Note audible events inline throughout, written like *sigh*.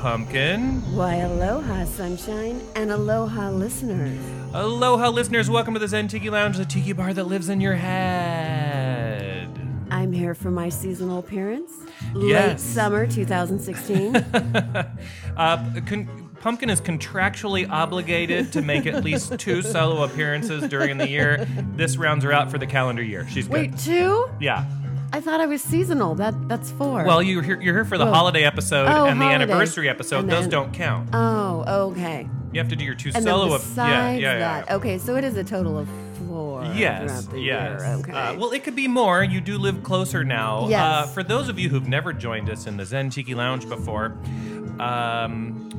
Pumpkin. Why, aloha, sunshine, and aloha, listeners. Aloha, listeners. Welcome to the Zen Tiki Lounge, the tiki bar that lives in your head. I'm here for my seasonal appearance. Late Yes. *laughs* summer 2016. Uh, con- Pumpkin is contractually obligated to make at *laughs* least two solo appearances during the year. This rounds her out for the calendar year. She's good. Wait, two? Yeah. I thought I was seasonal. That That's four. Well, you're here, you're here for the Well- holiday episode Oh, and the holiday. anniversary episode. And Those then- don't count. oh, okay. You have to do your two And solo. then ap- yeah, besides yeah, yeah, yeah. that, okay, so it is a total of four. Yes. throughout the Yes. Year. Okay. Uh, well, it could be more. You do live closer now. Yes. Uh, for those of you who've never joined us in the Zen Tiki Lounge before, um,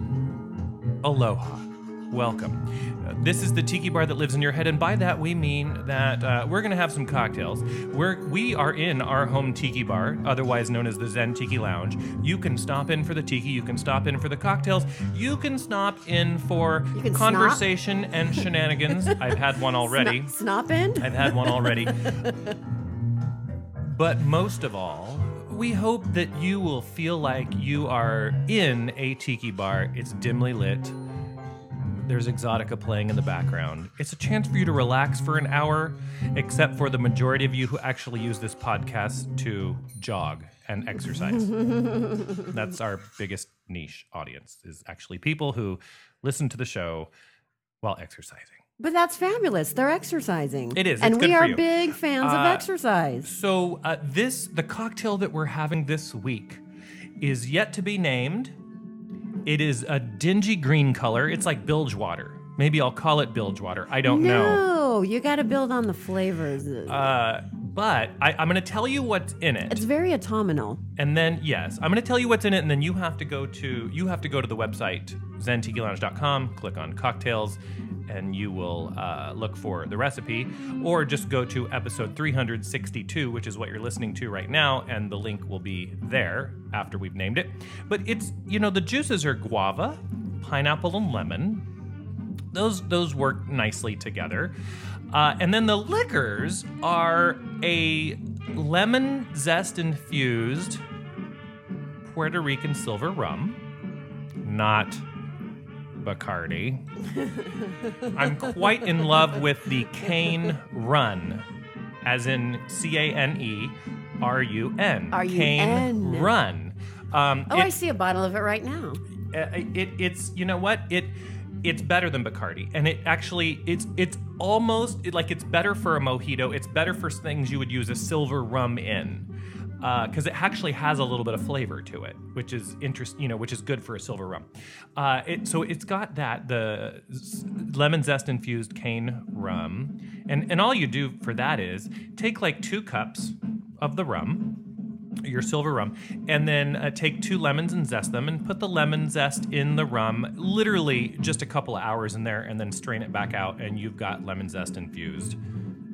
aloha. Welcome. Uh, This is the tiki bar that lives in your head, and by that we mean that uh, we're going to have some cocktails. We're we are in our home tiki bar, otherwise known as the Zen Tiki Lounge. You can stop in for the tiki, you can stop in for the cocktails, you can stop in for You can snop. conversation and shenanigans. I've had *laughs* one already. Snopping? I've had one already. but most of all, we hope that you will feel like you are in a tiki bar. It's dimly lit. There's Exotica playing in the background. It's a chance for you to relax for an hour, except for the majority of you who actually use this podcast to jog and exercise. That's our biggest niche audience is actually people who listen to the show while exercising. But that's fabulous. They're exercising. It is. And It's we good for are you. big fans of Uh, exercise. So uh, this the cocktail that we're having this week is yet to be named. It is a dingy green color. It's like bilge water. Maybe I'll call it bilge water. I don't know. No, you got to build on the flavors. Uh, but I, I'm going to tell you what's in it, it's very autumnal. and then yes, I'm going to tell you what's in it, and then you have to go to you have to go to the website zentikilounge.com, click on cocktails, and you will uh, look for the recipe, or just go to episode 362, which is what you're listening to right now, and the link will be there after we've named it. But it's you know the juices are guava, pineapple, and lemon those those work nicely together. Uh, and then the liquors are a lemon zest infused Puerto Rican silver rum, not *laughs* Bacardi. I'm quite in love with the cane run, as in C A N E R U N. R.U.N.. Cane run. Um, Oh, it- I see a bottle of it right now. uh, it, it's you know what it it's better than Bacardi, and it actually it's it's almost it- like it's better for a mojito. It's better for things you would use a silver rum in, because it actually has a little bit of flavor to it, which is interest you know which is good for a silver rum. Uh, it, so it's got that the s- lemon zest infused cane rum, and and all you do for that is take like two cups of the rum your silver rum, and then uh, take two lemons and zest them, and put the lemon zest in the rum, literally just a couple of hours in there, and then strain it back out, and you've got lemon zest infused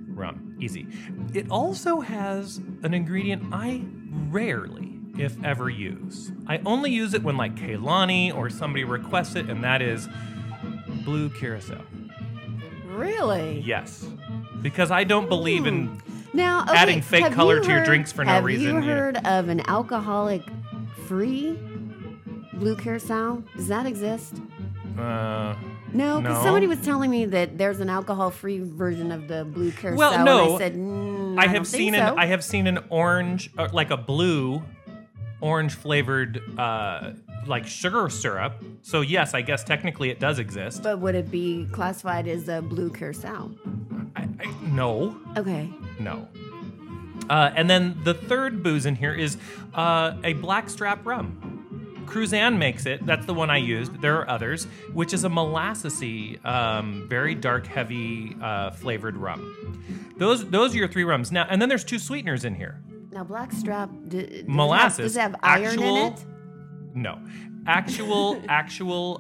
rum. Easy. It also has an ingredient I rarely, if ever, use. I only use it when like Kaylani or somebody requests it, and that is blue curacao. Really? Yes, because I don't believe in Now, okay, Adding fake have color you to your heard- drinks for no reason, Have yeah. you heard of an alcoholic-free blue curacao? Does that exist? uh, No, because No. somebody was telling me that there's an alcohol-free version of the blue curacao. Well, no. and I said, mm, I, don't have seen think an so." I have seen an orange, uh, like a blue, orange flavored, uh, like sugar syrup. So yes, I guess technically it does exist. But would it be classified as a blue curacao? I, I, no, Okay. no. Uh, and then the third booze in here is uh, a blackstrap rum. Cruzan makes it. That's the one I used. There are others, which is a molassesy, um, very dark, heavy uh, flavored rum. Those those are your three rums now. And then there's two sweeteners in here. Now, blackstrap d- does it have- Molasses, does it have iron actual in it? No. Actual, actual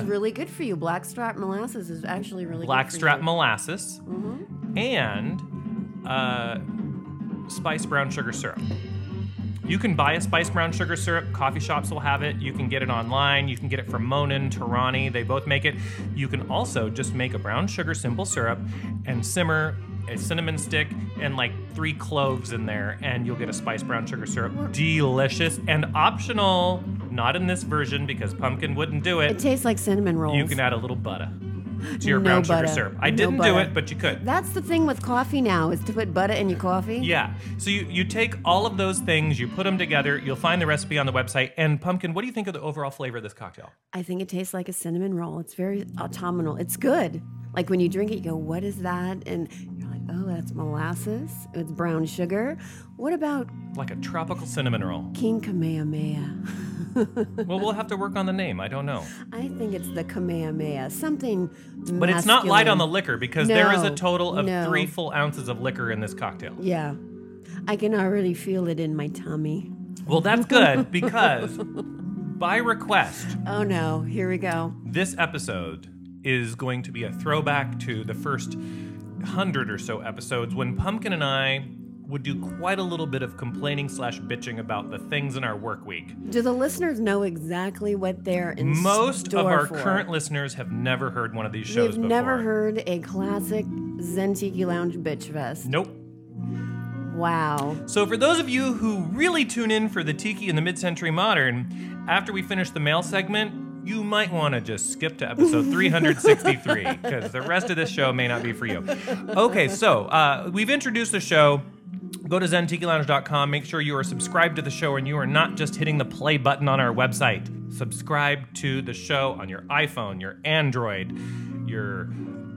uh, is really good for you. Blackstrap molasses is actually really good for blackstrap you. Mm-hmm. molasses and uh, spice brown sugar syrup. You can buy a spice brown sugar syrup. Coffee shops will have it. You can get it online. You can get it from Monin, Tarani. They both make it. You can also just make a brown sugar simple syrup and simmer a cinnamon stick, and like three cloves in there, and you'll get a spiced brown sugar syrup. Delicious and optional. Not in this version because pumpkin wouldn't do It it. tastes like cinnamon rolls. You can add a little butter to your No brown butter. sugar syrup. I No didn't do butter. it, but you could. That's the thing with coffee now is to put butter in your coffee. Yeah. So you, you take all of those things, you put them together, you'll find the recipe on the website. And pumpkin, what do you think of the overall flavor of this cocktail? I think it tastes like a cinnamon roll. It's very autumnal. It's good. Like when you drink it, you go, "What is that?" And you're like, "Oh, that's molasses. It's brown sugar." What about Like a tropical cinnamon roll. King Kamehameha? well, we'll have to work on the name. I don't know. I think it's the Kamehameha. Something. But it's not light on the liquor because there is a No, total of no. three full ounces of liquor in this cocktail. Yeah, I can already feel it in my tummy. Well, that's good *laughs* because by request, Oh no! Here we go. this episode is going to be a throwback to the first hundred or so episodes when Pumpkin and I would do quite a little bit of complaining slash bitching about the things in our work week. Do the listeners know exactly what they're in Most store of our for? current listeners have never heard one of these shows They've before. never heard a classic Zen Tiki Lounge bitch fest. Nope. Wow. So, for those of you who really tune in for the Tiki in the Mid Century Modern, after we finish the mail segment, you might want to just skip to episode 363 because the rest of this show may not be for you. Okay, so uh, we've introduced the show. Go to zentikilounge.com. Make sure you are subscribed to the show and you are not just hitting the play button on our website. Subscribe to the show on your iPhone, your Android, your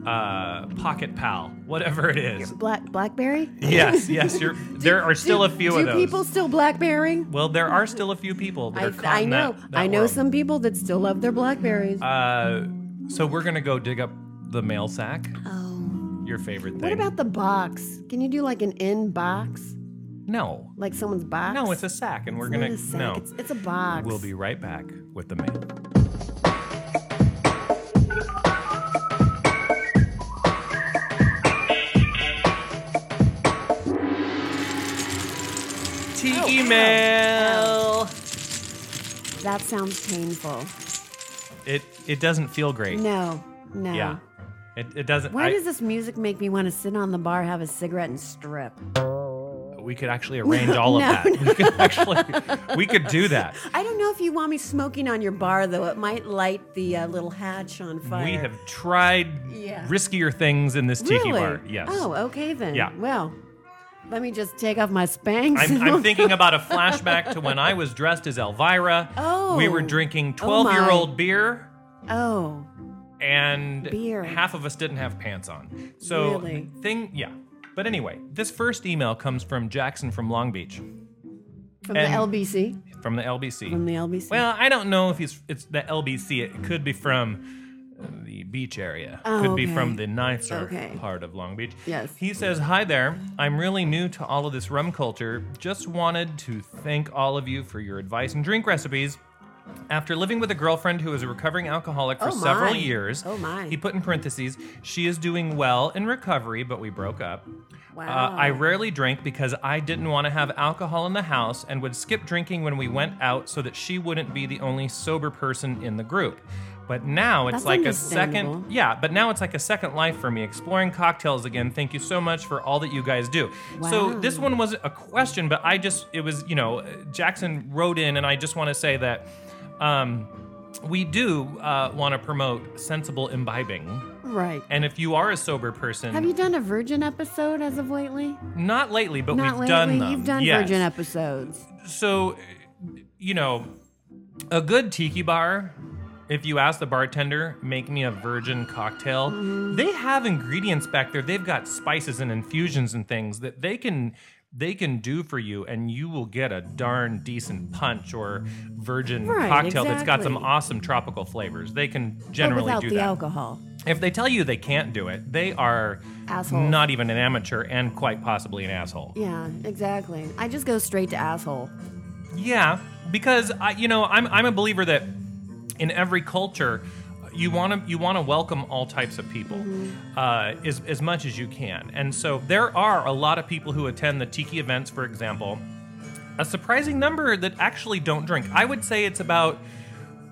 uh, Pocket Pal, whatever it is. Black Blackberry? *laughs* Yes, yes. You're, there are still a few do of those. people still blackberrying? Well, there are still a few people that I, are caught I in know. that. I that know world. some people that still love their blackberries. Uh, so we're gonna go dig up the mail sack. oh. Your favorite thing. What about the box? Can you do like an in box? no? Like someone's box? No, it's a sack, and we're It's not gonna a sack, no. It's, Oh, it's a box. We'll be right back with the mail. Tea ow. email. That sounds painful. It it doesn't feel great. No, no. Yeah. It, it doesn't. Um, Why I- does this music make me want to sit on the bar, have a cigarette, and strip? We could actually arrange all *laughs* No, of that. *laughs* We could actually, we could do *laughs* that. I don't know if you want me smoking on your bar, though. It might light the uh, little hatch on fire. We have tried Yeah. riskier things in this tiki really? bar. Yes. Oh, okay then. Yeah. Well, let me just take off my spanks. I'm, I'm thinking about a flashback to when I was dressed as Elvira. Oh. We were drinking Oh, 12 my. year old beer, *laughs* oh, and Beer. half of us didn't have pants on. So, Really? thing, yeah. But anyway, this first email comes from Jackson from Long Beach, from And- the LBC. from the LBC. From the LBC. Well, uh, I don't know if he's it's the LBC. It could be from uh, the beach area. Oh, could be okay. from the nicer Okay. part of Long Beach. Yes. He says, "Hi there. I'm really new to all of this rum culture. Just wanted to thank all of you for your advice and drink recipes." After living with a girlfriend who is a recovering alcoholic for Oh, several my. years, Oh, my. he put in parentheses, she is doing well in recovery, but we broke up. Wow. Uh, I rarely drink because I didn't want to have alcohol in the house and would skip drinking when we went out so that she wouldn't be the only sober person in the group. But now it's That's like a understandable. second yeah, but now it's like a second life for me exploring cocktails again. Thank you so much for all that you guys do. So Wow. this one wasn't a question, but I just it was, you know, Jackson wrote in and I just want to say that um we do uh, want to promote sensible imbibing. right. And if you are a sober person, Have you done a virgin episode as of lately? not lately, but Not we've lately. done them. You've done Yes. virgin episodes. So, uh, you know, a good tiki bar. If you ask the bartender, make me a virgin cocktail, Mm-hmm. they have ingredients back there. They've got spices and infusions and things that they can they can do for you and you will get a darn decent punch or virgin Right, cocktail that's got some exactly. awesome tropical flavors. They can generally but without do the that. alcohol. If they tell you they can't do it, they are Assholes. not even an amateur and quite possibly an asshole. Yeah, exactly. I just go straight to asshole. Yeah, because I, you know, I'm I'm a believer that in every culture, you want to you want to welcome all types of people, uh, as as much as you can. And so there are a lot of people who attend the tiki events, for example, a surprising number that actually don't drink. I would say it's about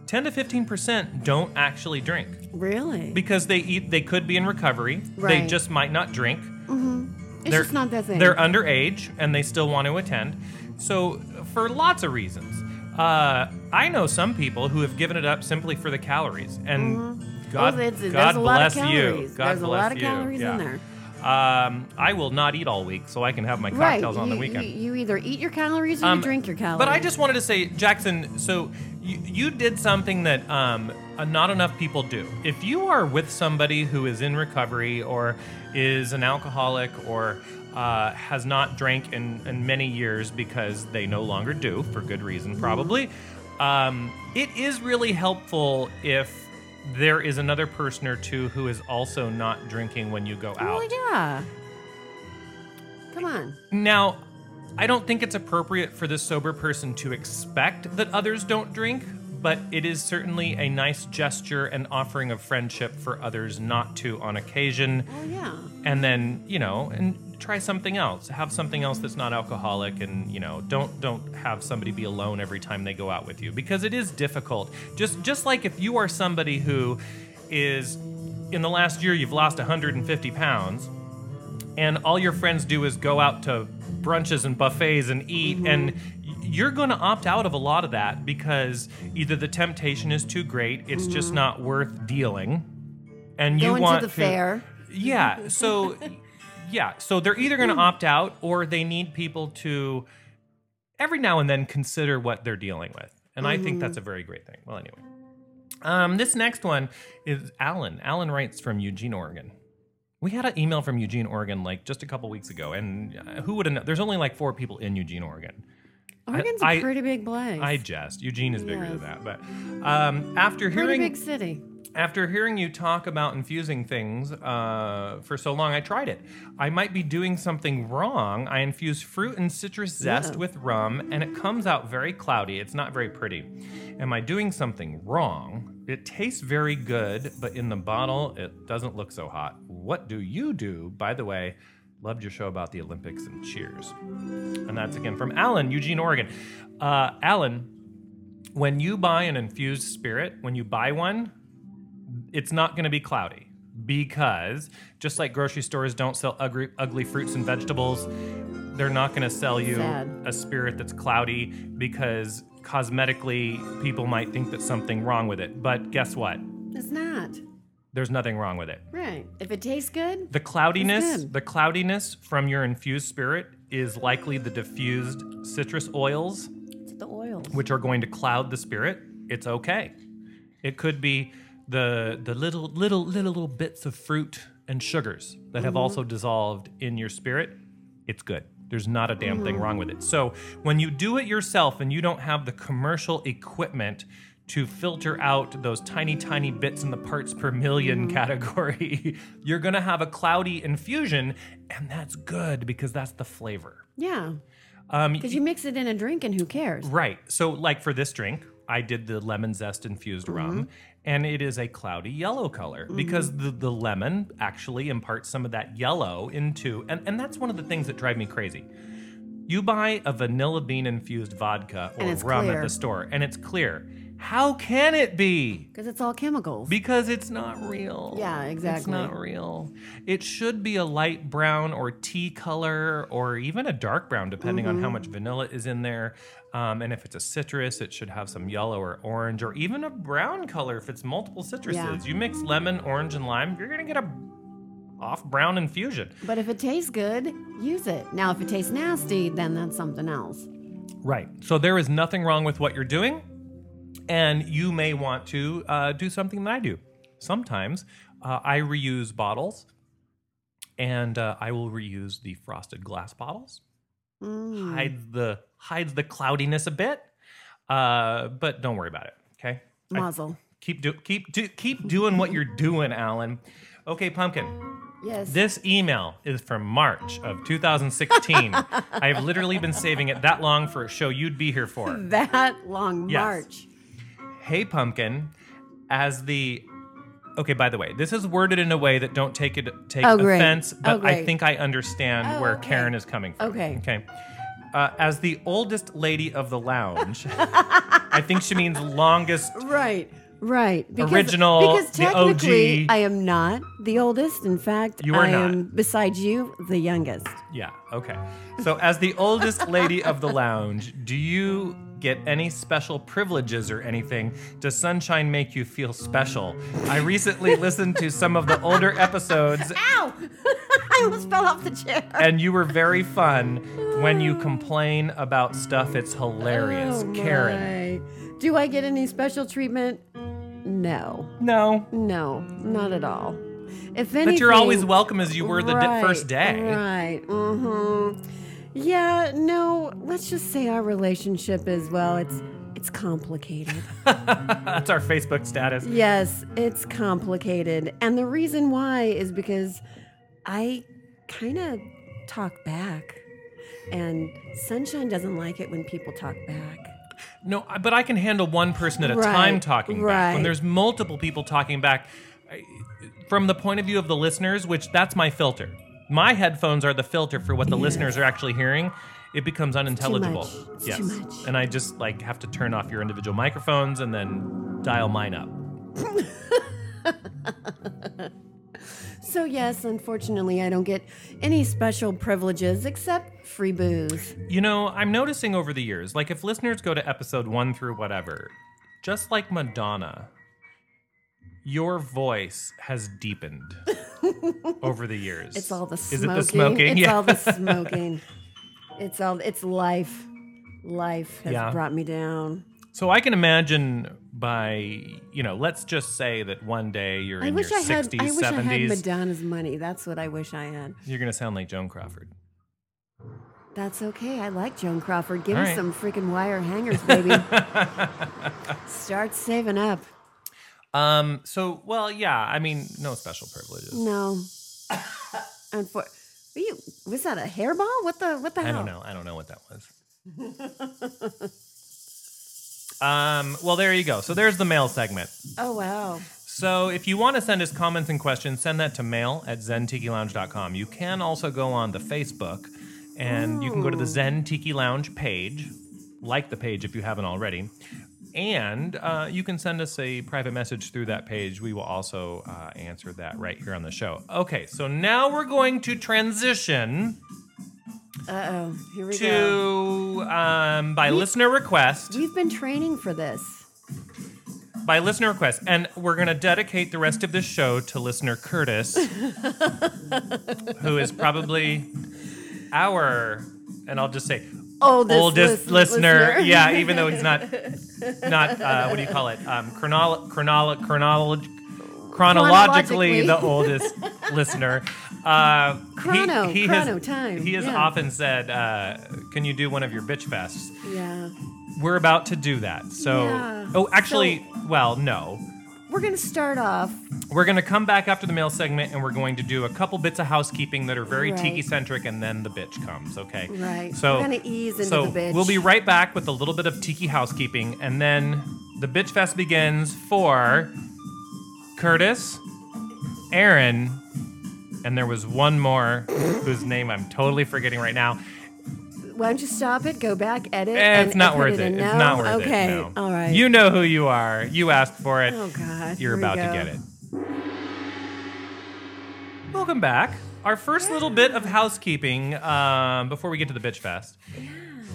ten to fifteen percent don't actually drink Really? because they eat they could be in recovery they Right. just might not drink It's they're, just not that thing. They're underage and they still want to attend. So, for lots of reasons, uh, I know some people who have given it up simply for the calories. And God, Oh, it's- God there's a lot of bless you. calories. God There's a bless lot of you. calories in Yeah. there. Um, I will not eat all week, so I can have my cocktails right. on the you, weekend. You, you either eat your calories or Um, you drink your calories. But I just wanted to say, Jackson. So you, you did something that um, uh, not enough people do. If you are with somebody who is in recovery or is an alcoholic or uh, has not drank in, in many years because they no longer do for good reason, probably. Um, it is really helpful if there is another person or two who is also not drinking when you go out. Well, Oh, yeah. Come on. Now, I don't think it's appropriate for the sober person to expect that others don't drink, but it is certainly a nice gesture and offering of friendship for others not to on occasion. Oh yeah. And then, you know, and try something else. Have something else that's not alcoholic and, you know, don't don't have somebody be alone every time they go out with you because it is difficult. Just just like if you are somebody who is in the last year you've lost 150 pounds, and all your friends do is go out to brunches and buffets and eat Mm-hmm. and y- you're going to opt out of a lot of that because either the temptation is too great it's just not worth dealing and you Going want to Mm-hmm. the fair. *laughs* yeah so yeah so they're either Hmm. going to opt out or they need people to every now and then consider what they're dealing with and i think Mm-hmm. that's a very great thing well anyway um, this next one is alan alan writes from eugene oregon we had an email from Eugene, Oregon, like just a couple weeks ago, and uh, who would have known? There's only like four people in Eugene, Oregon. Oregon's I- a pretty big place. I jest. Eugene is bigger Yes. than that, but um, after pretty hearing big city. after hearing you talk about infusing things uh, for so long, I tried it. I might be doing something wrong. I infuse fruit and citrus zest Yeah. with rum, and it comes out very cloudy. It's not very pretty. Am I doing something wrong? It tastes very good, but in the bottle, it doesn't look so hot. What do you do? By the way, loved your show about the Olympics and cheers. And that's again from Alan, Eugene, Oregon. Uh, Alan, when you buy an infused spirit, when you buy one, it's not going to be cloudy because just like grocery stores don't sell ugly, ugly fruits and vegetables, they're not going to sell you Sad. a spirit that's cloudy because cosmetically people might think that something wrong with it. But guess what? It's not. There's nothing wrong with it. Right. If it tastes good, The cloudiness, good. the cloudiness from your infused spirit is likely the diffused citrus oils it's the oils. which are going to cloud the spirit, it's okay. It could be the the little little little little bits of fruit and sugars that have also dissolved in your spirit. It's good. There's not a damn thing wrong with it. So when you do it yourself and you don't have the commercial equipment to filter out those tiny tiny bits in the parts per 1000000 category, *laughs* you're gonna have a cloudy infusion, and that's good because that's the flavor. Yeah. Um, Because you mix it in a drink and who cares? Right. So, like for this drink, I did the lemon zest infused Mm-hmm. rum, and it is a cloudy yellow color because the, the lemon actually imparts some of that yellow into, and, and that's one of the things that drive me crazy. You buy a vanilla bean infused vodka And or it's rum at clear. the store, and it's clear. How can it be? Because it's all chemicals. Because it's not real. Yeah, It's exactly. not real. It should be a light brown or tea color or even a dark brown, depending on how Mm-hmm. much vanilla is in there. Um, and if it's a citrus, it should have some yellow or orange or even a brown color if it's multiple citruses. You mix lemon, orange, and lime, you're going to get a off brown infusion. but if it tastes good, use it. Now, if it tastes nasty, then that's something else. Right. So there is nothing wrong with what you're doing, and you may want to uh, do something that I do. Sometimes uh, I reuse bottles, and uh, I will reuse the frosted glass bottles. Hides the hides the cloudiness a bit, uh, but don't worry about it. Okay. I- Muzzle. keep do keep do keep doing what you're doing, Alan. Okay, pumpkin. Yes. This email is from March of *laughs* 2016. I've literally been saving it that long for a show you'd be here for. *laughs* that long Yes. march. Hey, Pumpkin, as the Okay, by the way, this is worded in a way that don't take it take Oh, great. offense, Oh, but I great. think I understand Oh, where okay. Karen is coming from. Okay. Okay. Uh, as *laughs* the oldest lady of the lounge, I think she means longest Right. Right. Original, Because the OG. technically, I am not the oldest. In fact, You are I not. am, besides you, the youngest. Yeah, okay. So, as the oldest lady of the lounge, do you get any special privileges or anything? Does sunshine make you feel special? I recently listened to some of the older episodes, Ow! *laughs* I almost fell off the chair. and you were very fun when you complain about stuff. It's hilarious. Oh, Karen. my. Do I get any special treatment? No. No. No, not at all. If anything, But you're always welcome as you were the di- Right, first day. Right. Mm-hmm. Yeah, no, let's just say our relationship is well, it's it's complicated. That's our Facebook status. yes, it's complicated. And the reason why is because I kind of talk back. And Sunshine doesn't like it when people talk back. No, I- but I can handle one person at a Right, time talking back. When right. there's multiple people talking back, I- from the point of view of the listeners, which that's my filter. My headphones are the filter for what the listeners are actually hearing. It becomes unintelligible. much. It's yes, too much. and I just like have to turn off your individual microphones and then dial mine up. So, yes, unfortunately, I don't get any special privileges except free booze. You know, I'm noticing over the years, like if listeners go to episode one through whatever, just like Madonna, your voice has *laughs* deepened over the years. It's all the Is smoking. it the smoking? It's yeah. all the smoking. it's all it's life. Life has Yeah. brought me down. *laughs* so I can imagine by you know, let's just say that one day you're I in wish your I had 60s, I wish I 70s, had Madonna's money. That's what I wish I had. you're gonna sound like Joan Crawford. That's okay. I like Joan Crawford. Give All me right. some freaking *laughs* wire hangers, baby. Start saving up. Um. So well, yeah. I mean, no special privileges. No. And for were you was that a hairball? What the what the I hell? don't know. I don't know what that was. *laughs* um, well, there you go. So there's the mail segment. Oh wow. So if you want to send us comments and questions, send that to mail at zentikilounge.com. You can also go on the Facebook and you can go to the Zen Tiki Lounge page. Like the page if you haven't already. And uh, you can send us a private message through that page. We will also uh, answer that right here on the show. Okay, so now we're going to transition Uh oh. Here we to go. um, by listener request We've been training for this. by listener request and we're going to dedicate the rest of this show to listener curtis who is probably our and i'll just say Oldest, oldest lis- Oh, listener. yeah even though he's not not uh, what do you call it um chronolo- chronolo- chronolog- chronologically Chronologically. the oldest listener uh he- Chrono, he, chrono has, time, he has yeah. often said uh can you do one of your bitch fests Yeah. We're about to do that. So, Yeah. oh, actually, well, no. We're going to start off. We're going to come back after the mail segment and we're going to do a couple bits of housekeeping that are very Right. tiki centric and then the bitch comes, okay? Right. So, We're gonna ease into so the bitch. We'll be right back with a little bit of tiki housekeeping and then the bitch fest begins for Curtis, Aaron, and there was one more whose name I'm totally forgetting right now. Why don't you stop it? Go back, edit. Eh, and- it's not and put worth it. in. It's No? not worth okay. it. no. All right. You know who you are. You asked for it. Oh God. You're Here we about to go. get it. Welcome back. Our first little bit of housekeeping um, before we get to the bitch fest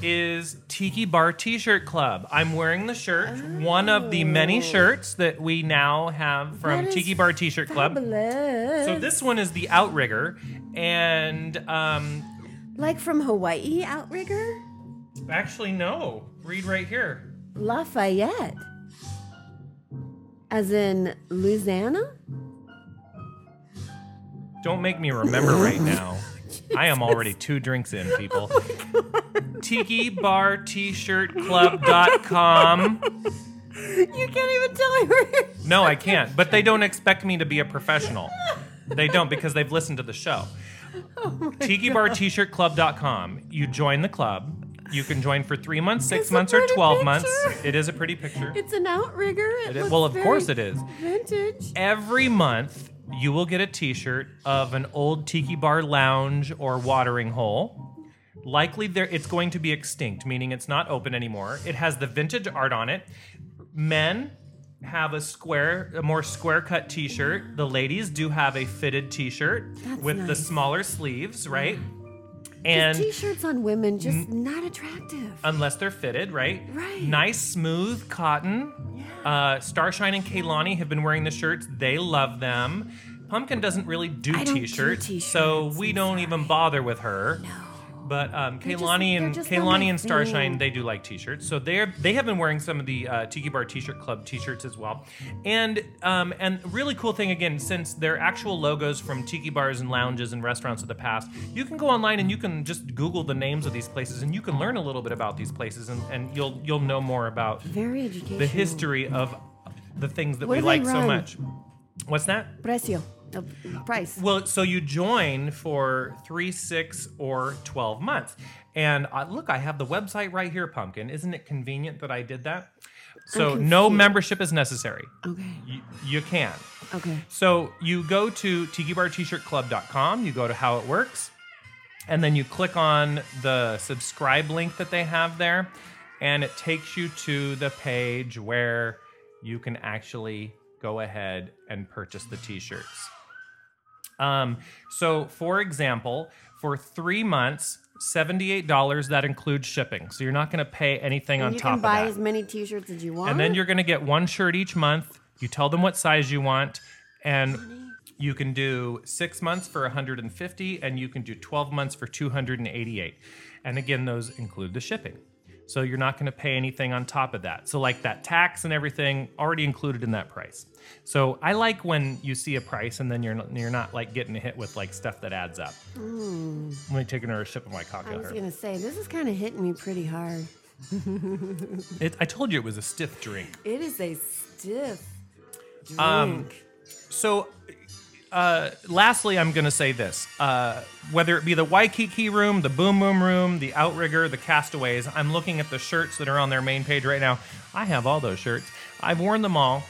is Tiki Bar T-shirt Club. I'm wearing the shirt, one of the many shirts that we now have from Oh. That is Tiki Bar T-shirt Club. Fabulous. So this one is the outrigger, and um, like from Hawaii, outrigger actually no, read right here. Lafayette, as in Louisiana. *laughs* Don't make me remember right now. I am already two drinks in, *laughs* people. Oh Tiki Bar T-shirt Club.com. You can't even tell I where. No, I can't. But they don't expect me to be a professional. They don't because they've listened to the show. Oh Tiki Bar T-shirt Club.com. You join the club. You can join for three months, six It's a months, or pretty 12 picture. months. It is a pretty picture. It's an outrigger. It It is- looks well, of very course it is. Vintage. every month you will get a t-shirt of an old tiki bar lounge or watering hole likely there it's going to be extinct meaning it's not open anymore it has the vintage art on it men have a square, a more square cut t shirt. The ladies do have a fitted t shirt That's with the nice. smaller sleeves, right? And Mm. t-shirts on women just not attractive. unless they're fitted, right? Right. Nice, smooth cotton. Uh, Starshine and Kaylani have been wearing the shirts. They love them. Pumpkin doesn't really do I don't do t-shirts, so t-shirts, we I'm don't even bother with her. No. But um, just- Kaylani they're and just not my Kaylani and Starshine, thing. they do like t-shirts, so they are they have been wearing some of the uh, Tiki Bar T-shirt Club t-shirts as well. And um, and really cool thing again, since their actual logos from Tiki bars and lounges and restaurants of the past, you can go online and you can just Google the names of these places, and you can learn a little bit about these places, and, and you'll you'll know more about Very educational. the history of the things that What we do they like so run? much. What's that? Precio. Uh, price. Well, so you join for three, six, or 12 months. And uh, look, I have the website right here, Pumpkin. Isn't it convenient that I did that? So no membership is necessary. Okay. You, you can. Okay. So you go to tikibartshirtclub.com, you go to how it works, and then you click on the subscribe link that they have there, and it takes you to the page where you can actually go ahead and purchase the t-shirts. Um, so, for example, for three months, seventy-eight dollars that includes shipping. So you're not going to pay anything on you top can buy of that. as many t-shirts as you want. And then you're going to get one shirt each month. You tell them what size you want, and you can do six months for 150, and you can do 12 months for 288. And again, those include the shipping. So you're not going to pay anything on top of that. So, like that tax and everything already included in that price. So, I like when you see a price and then you're not, you're not like getting hit with like stuff that adds up. I'm like taking her a sip of my I cocktail. was here. gonna say this is kind of hitting me pretty hard. It, I told you it was a stiff drink. It is a stiff drink. Um, So, uh, lastly, I'm going to say this: uh, whether it be the Waikiki room, the Boom Boom room, the Outrigger, the Castaways, I'm looking at the shirts that are on their main page right now. I have all those shirts. I've worn them all,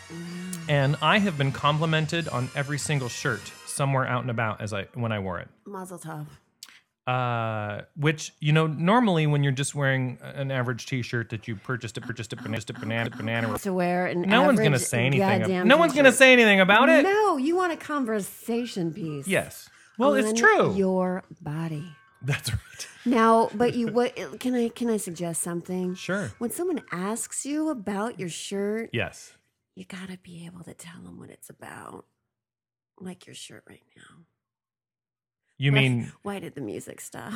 and I have been complimented on every single shirt somewhere out and about as I when I wore it. Mazel tov. Uh, which you know, normally when you're just wearing an average T-shirt that you purchased it, purchased it, banana, banana, banana. To wear an No one's gonna average say anything. ab- goddamn no one's gonna t-shirt. say anything about it. No, you want a conversation piece. Yes. Well, on it's true. Your body. That's right. Now, but you what can I can I suggest something? Sure. When someone asks you about your shirt, Yes. you got to be able to tell them what it's about. Like your shirt right now. You Why- mean why did the *laughs* music stop?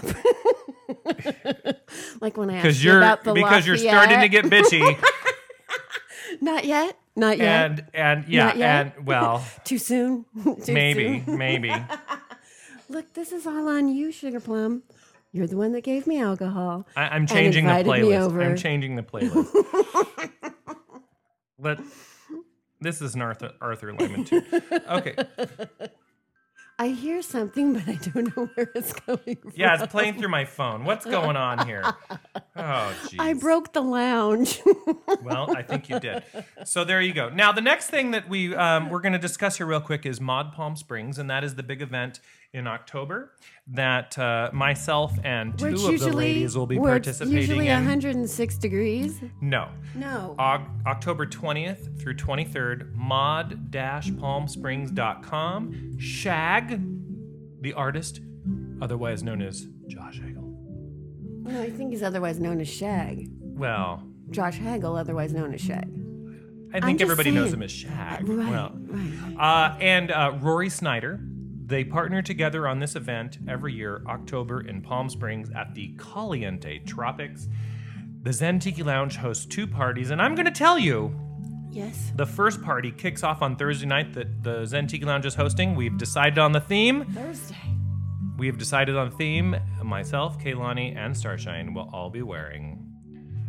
like when I asked because you you're about the because you're starting to get bitchy Lafayette. *laughs* not yet, not yet, and and yeah Not yet. and well too soon, *laughs* Too maybe soon. *laughs* maybe Look, this is all on you, Sugar Plum. You're the one that gave me alcohol. I, I'm changing the invited me playlist. I'm over. changing the playlist. *laughs* but this is an Arthur Arthur Lemon too. Okay, I hear something, *laughs* but I don't know where it's coming from. yeah, it's playing through my phone. What's going on *laughs* here? Oh, geez. I broke the lounge. *laughs* Well, I think you did. So there you go. Now the next thing that we um, we're going to discuss here real quick is Mod Palm Springs, and that is the big event in October that uh, myself and two it's of the ladies will be where it's participating usually in. 106 degrees. No. No. Og- October 20th through 23rd, mod-palmsprings.com. Shag, the artist, otherwise known as Josh Hagel. no, I think he's otherwise known as Shag. Well, Josh Hagel, otherwise known as Shag. I think just everybody knows saying. him as Shag. Right, Well, right. Uh, and uh, Rory Snyder. They partner together on this event every year, October in Palm Springs at the Caliente Tropics. The Zen Tiki Lounge hosts two parties, and I'm going to tell you Yes. the first party kicks off on Thursday night that the Zen Tiki Lounge is hosting. We've decided on the theme. Thursday. We have decided on the theme. Myself, Kaylani, and Starshine will all be wearing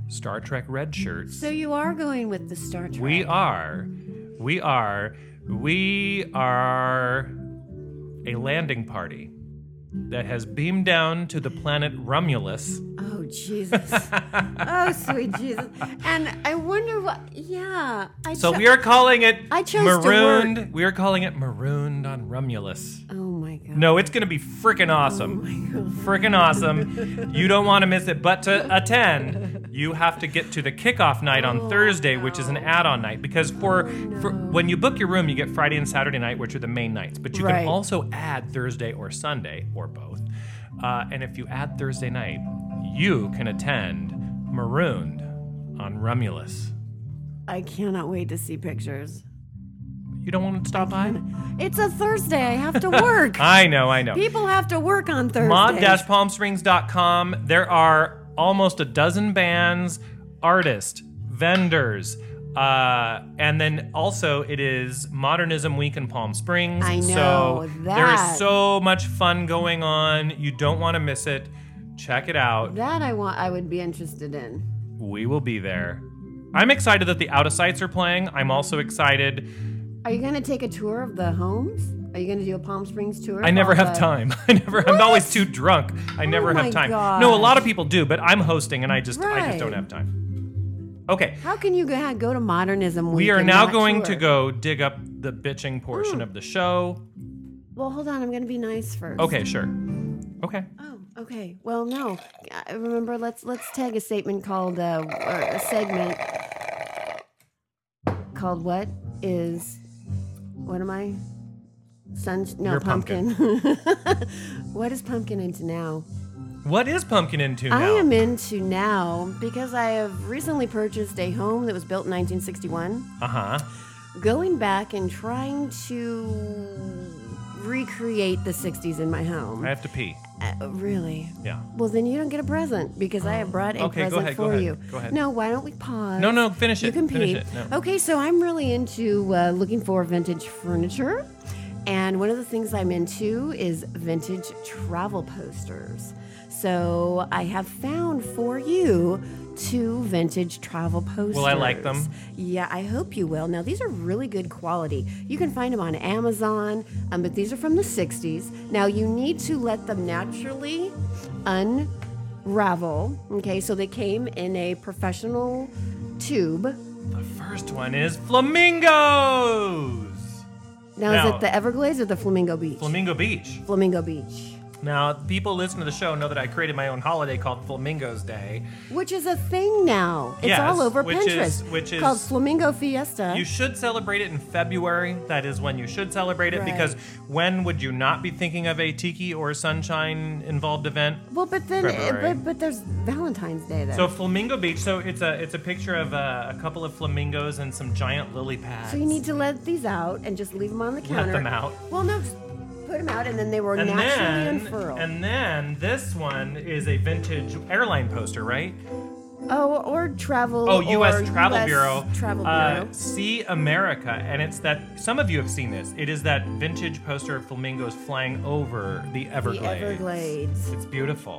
Star Trek red shirts. So you are going with the Star Trek. We are, we are, we are a landing party that has beamed down to the planet Romulus. oh Jesus. *laughs* oh sweet Jesus. And I wonder what. Yeah. I So cho- we are calling it I chose to marooned. We are calling it marooned on Romulus. Oh my God. No, it's gonna be freaking awesome, freaking awesome. You don't want to miss it. But to attend, You have to get to the kickoff night on Thursday, which is an add-on night because for, for when you book your room, you get Friday and Saturday night, which are the main nights. But you Right. can also add Thursday or Sunday or both. Uh, and if you add Thursday night, you can attend Marooned on Rumulus. I cannot wait to see pictures. You don't want to stop by? It's a Thursday. I have to *laughs* work. I know, I know. People have to work on Thursdays. mod-palmsprings.com there are almost a dozen bands artists vendors uh, and then also it is modernism week in palm springs I know so there that. is so much fun going on you don't want to miss it check it out that I want. I would be interested in. we will be there i'm excited that the out of sights are playing i'm also excited Are you going to take a tour of the homes? Are you going to do a Palm Springs tour? I of never all have the- time. *laughs* I never. I'm always too drunk. I never Oh my have time. No, a gosh. lot of people do, but I'm hosting, and I just, I Right. just don't have time. Okay, How can you go, go to modernism? we Week are and now not going to tour? go dig up the bitching portion of the show. Well, hold on. I'm going to be nice first. Okay, sure. Okay, Oh, okay. Well, no. I- Remember, let's let's tag a statement called uh, or a segment called "What is What am I?" Sun? No, You're pumpkin. *laughs* what is pumpkin into now? what is pumpkin into now? I am into now because I have recently purchased a home that was built in 1961 Uh huh. going back and trying to recreate the 60s in my home. I have to pee. Uh, really? Yeah. Oh. Well, then you don't get a present because I have brought a Okay, go present ahead, go for ahead, you. go ahead. No, why don't we pause? No, no, finish You it, can finish pee. it, no. Okay, so I'm really into uh, looking for vintage furniture. And one of the things I'm into is vintage travel posters. So I have found for you two vintage travel posters. I like them? Yeah, I hope you will. Now, these are really good quality. You can find them on Amazon, um, but these are from the 60s. Now, you need to let them naturally unravel. Okay, so they came in a professional tube. The first one is flamingos. Now, is Now- it the Everglades or the Flamingo Beach? Flamingo Beach. Flamingo Beach, Now, people listen to the show know that I created my own holiday called Flamingos Day. which is a thing now. It's Yes, all over which Pinterest. is- which is- called Flamingo Fiesta. You should celebrate it in February. That is when you should celebrate it Right. because when would you not be thinking of a tiki or sunshine involved event? well, but then, February. but, but there's Valentine's Day there. So Flamingo Beach. So it's a it's a picture of a, a couple of flamingos and some giant lily pads. So you need to let these out and just leave them on the counter. them out. Well, no, just put them out and then they will and naturally then unfurl. and then this one is a vintage airline poster, right? oh, or travel. Oh, U.S. or Travel US Bureau. Travel uh, Bureau. See America, and it's that some of you have seen this. It is that vintage poster of flamingos flying over the Everglades. The Everglades. It's beautiful.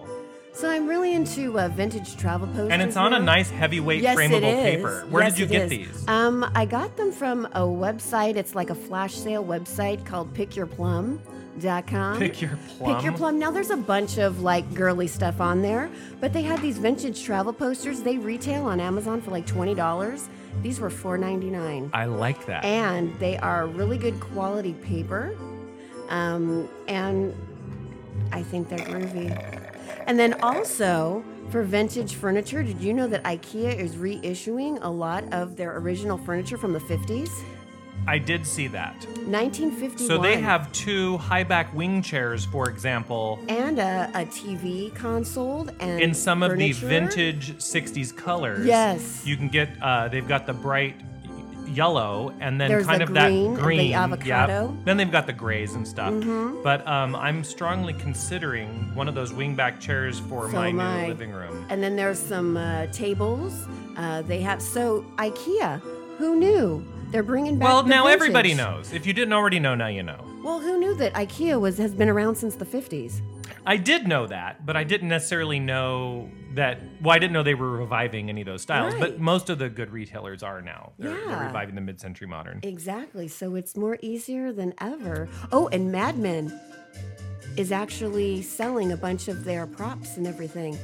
So I'm really into uh, vintage travel posters. And it's on a now. nice heavyweight Mm-hmm. Yes, it frameable is. paper. Where Yes, did you it get is. these? Um, I got them from a website. It's like a flash sale website called pickyourplum.com. Pick Your Plum? Pick Your Plum. Now, there's a bunch of like girly stuff on there, but they had these vintage travel posters. They retail on Amazon for like $20. These were $4.99. I like that. and they are really good quality paper. Um, and I think they're groovy. And then also for vintage furniture, did you know that IKEA is reissuing a lot of their original furniture from the 50s? I did see that. 1951. So they have two high back wing chairs, for example, and a, a TV console and in some of the furniture. vintage 60s colors. Yes. You can get, uh, they've got the bright yellow and then There's kind the of green and that the green yeah. avocado. Mm-hmm. then they've got the grays and stuff but um, i'm strongly considering one of those wingback chairs for So my am I. new living room And then there's some uh, tables. Uh, they have so IKEA. Who knew? They're bringing back. well the now everybody vintage. knows if you didn't already know now you know Well, who knew that IKEA was has been around since the 50s? I did know that, but I didn't necessarily know that. Well, I didn't know they were reviving any of those styles, but Right. most of the good retailers are now. They're, they're Yeah. reviving the mid century modern. Exactly. So it's more easier than ever. Oh, and Mad Men is actually selling a bunch of their props and everything.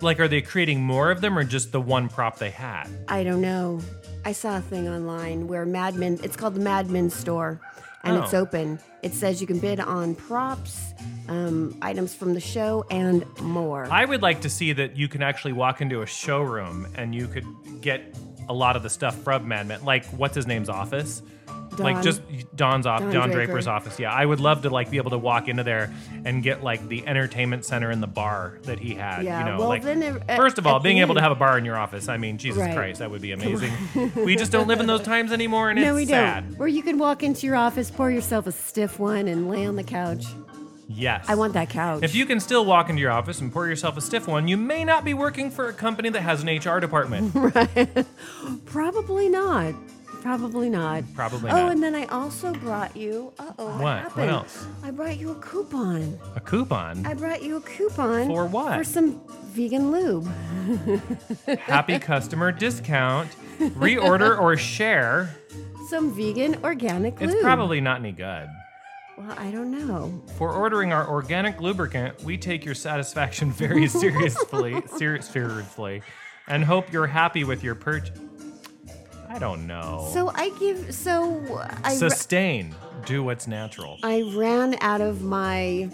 Like, are they creating more of them or just the one prop they had? I don't know. I saw a thing online where Mad Men, it's called the Mad Men store, and it's Oh. open. It says you can bid on props, um, items from the show, and more. I would like to see that you can actually walk into a showroom and you could get a lot of the stuff from Mad Men, like what's his name's office, like Don. just Don's off, Don Don, Draper. Draper's office. Yeah, I would love to like be able to walk into there and get like the entertainment center and the bar that he had. Yeah, you know, well, like then it- at- first of all, at being the able to end- have a bar in your office. I mean, Jesus Right. Christ, that would be *laughs* amazing. we just don't live in those times anymore, and no, it's we sad. don't. Where you can walk into your office, pour yourself a stiff one, and lay on the couch. Yes, I want that couch. If you can still walk into your office and pour yourself a stiff one, you may not be working for a company that has an HR *laughs* department. Probably not. Probably not. Probably oh, not. and then I also brought you. Uh oh. What, What? What happened? else? I brought you a coupon. a coupon. I brought you a coupon. For what? For some vegan lube. happy customer discount, reorder or share. Some vegan organic lube. It's probably not any good. Well, I don't know. For ordering our organic lubricant, we take your satisfaction *laughs* very seriously, ser- seriously, and hope you're happy with your purchase. I don't know. So I give. So I. ra- Sustain. Do what's natural. I ran out of my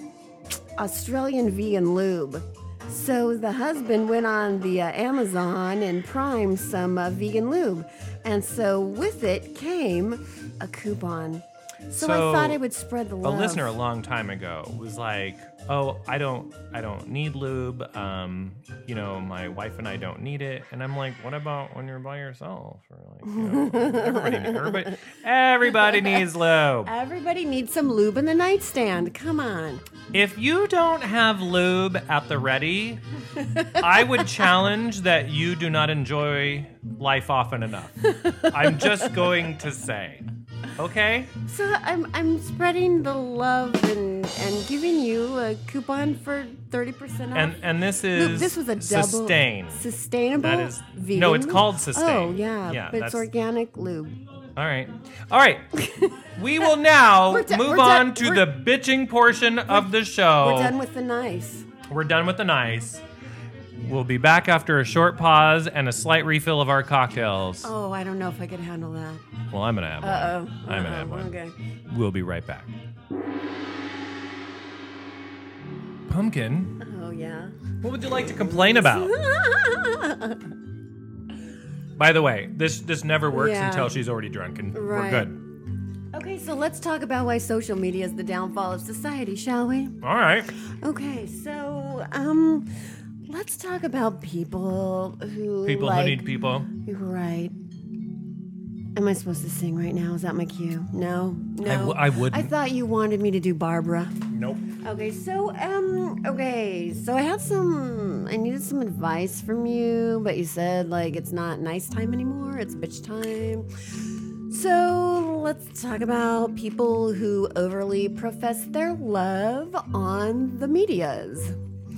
Australian vegan lube. So the husband went on the uh, Amazon and primed some uh, vegan lube. And so with it came a coupon. So, I So, thought I would spread the love. a listener a long time ago was like oh i don't i don't need lube um you know my wife and i don't need it and i'm like what about when you're by yourself or like you know, everybody, everybody everybody needs lube Everybody needs some lube in the nightstand. Come on. if you don't have lube at the ready i would challenge that you do not enjoy life often enough i'm just going to say okay So I'm I'm spreading the love and and giving you a coupon for 30% off. and and this is Look, this was a double sustain sustainable That is- vegan. no, it's lube? called sustain. Oh yeah, Yeah, but it's that's- organic lube. All right. All right. We will now *laughs* We're do- move we're done- on to we're- the bitching portion of the show. We're done with the nice. We're done with the nice. We'll be back after a short pause and a slight refill of our cocktails. Oh, I don't know if I could handle that. Well, I'm going to have Uh one. oh. I'm going to have one. Okay. We'll be right back. Pumpkin, Oh yeah. what would you like to complain *laughs* about? By the way, this this never works Yeah. until she's already drunk and Right. we're good. *laughs* okay, so let's talk about why social media is the downfall of society, shall we? All right. Okay, so um, let's talk about people who People like, who need people. Right. Am I supposed to sing right now? Is that my cue? No, no. I w- I wouldn't. I thought you wanted me to do Barbara. Nope. Okay, so um, okay, so I had some, I needed some advice from you, but you said like it's not nice time anymore, it's bitch time. So let's talk about people who overly profess their love on the medias,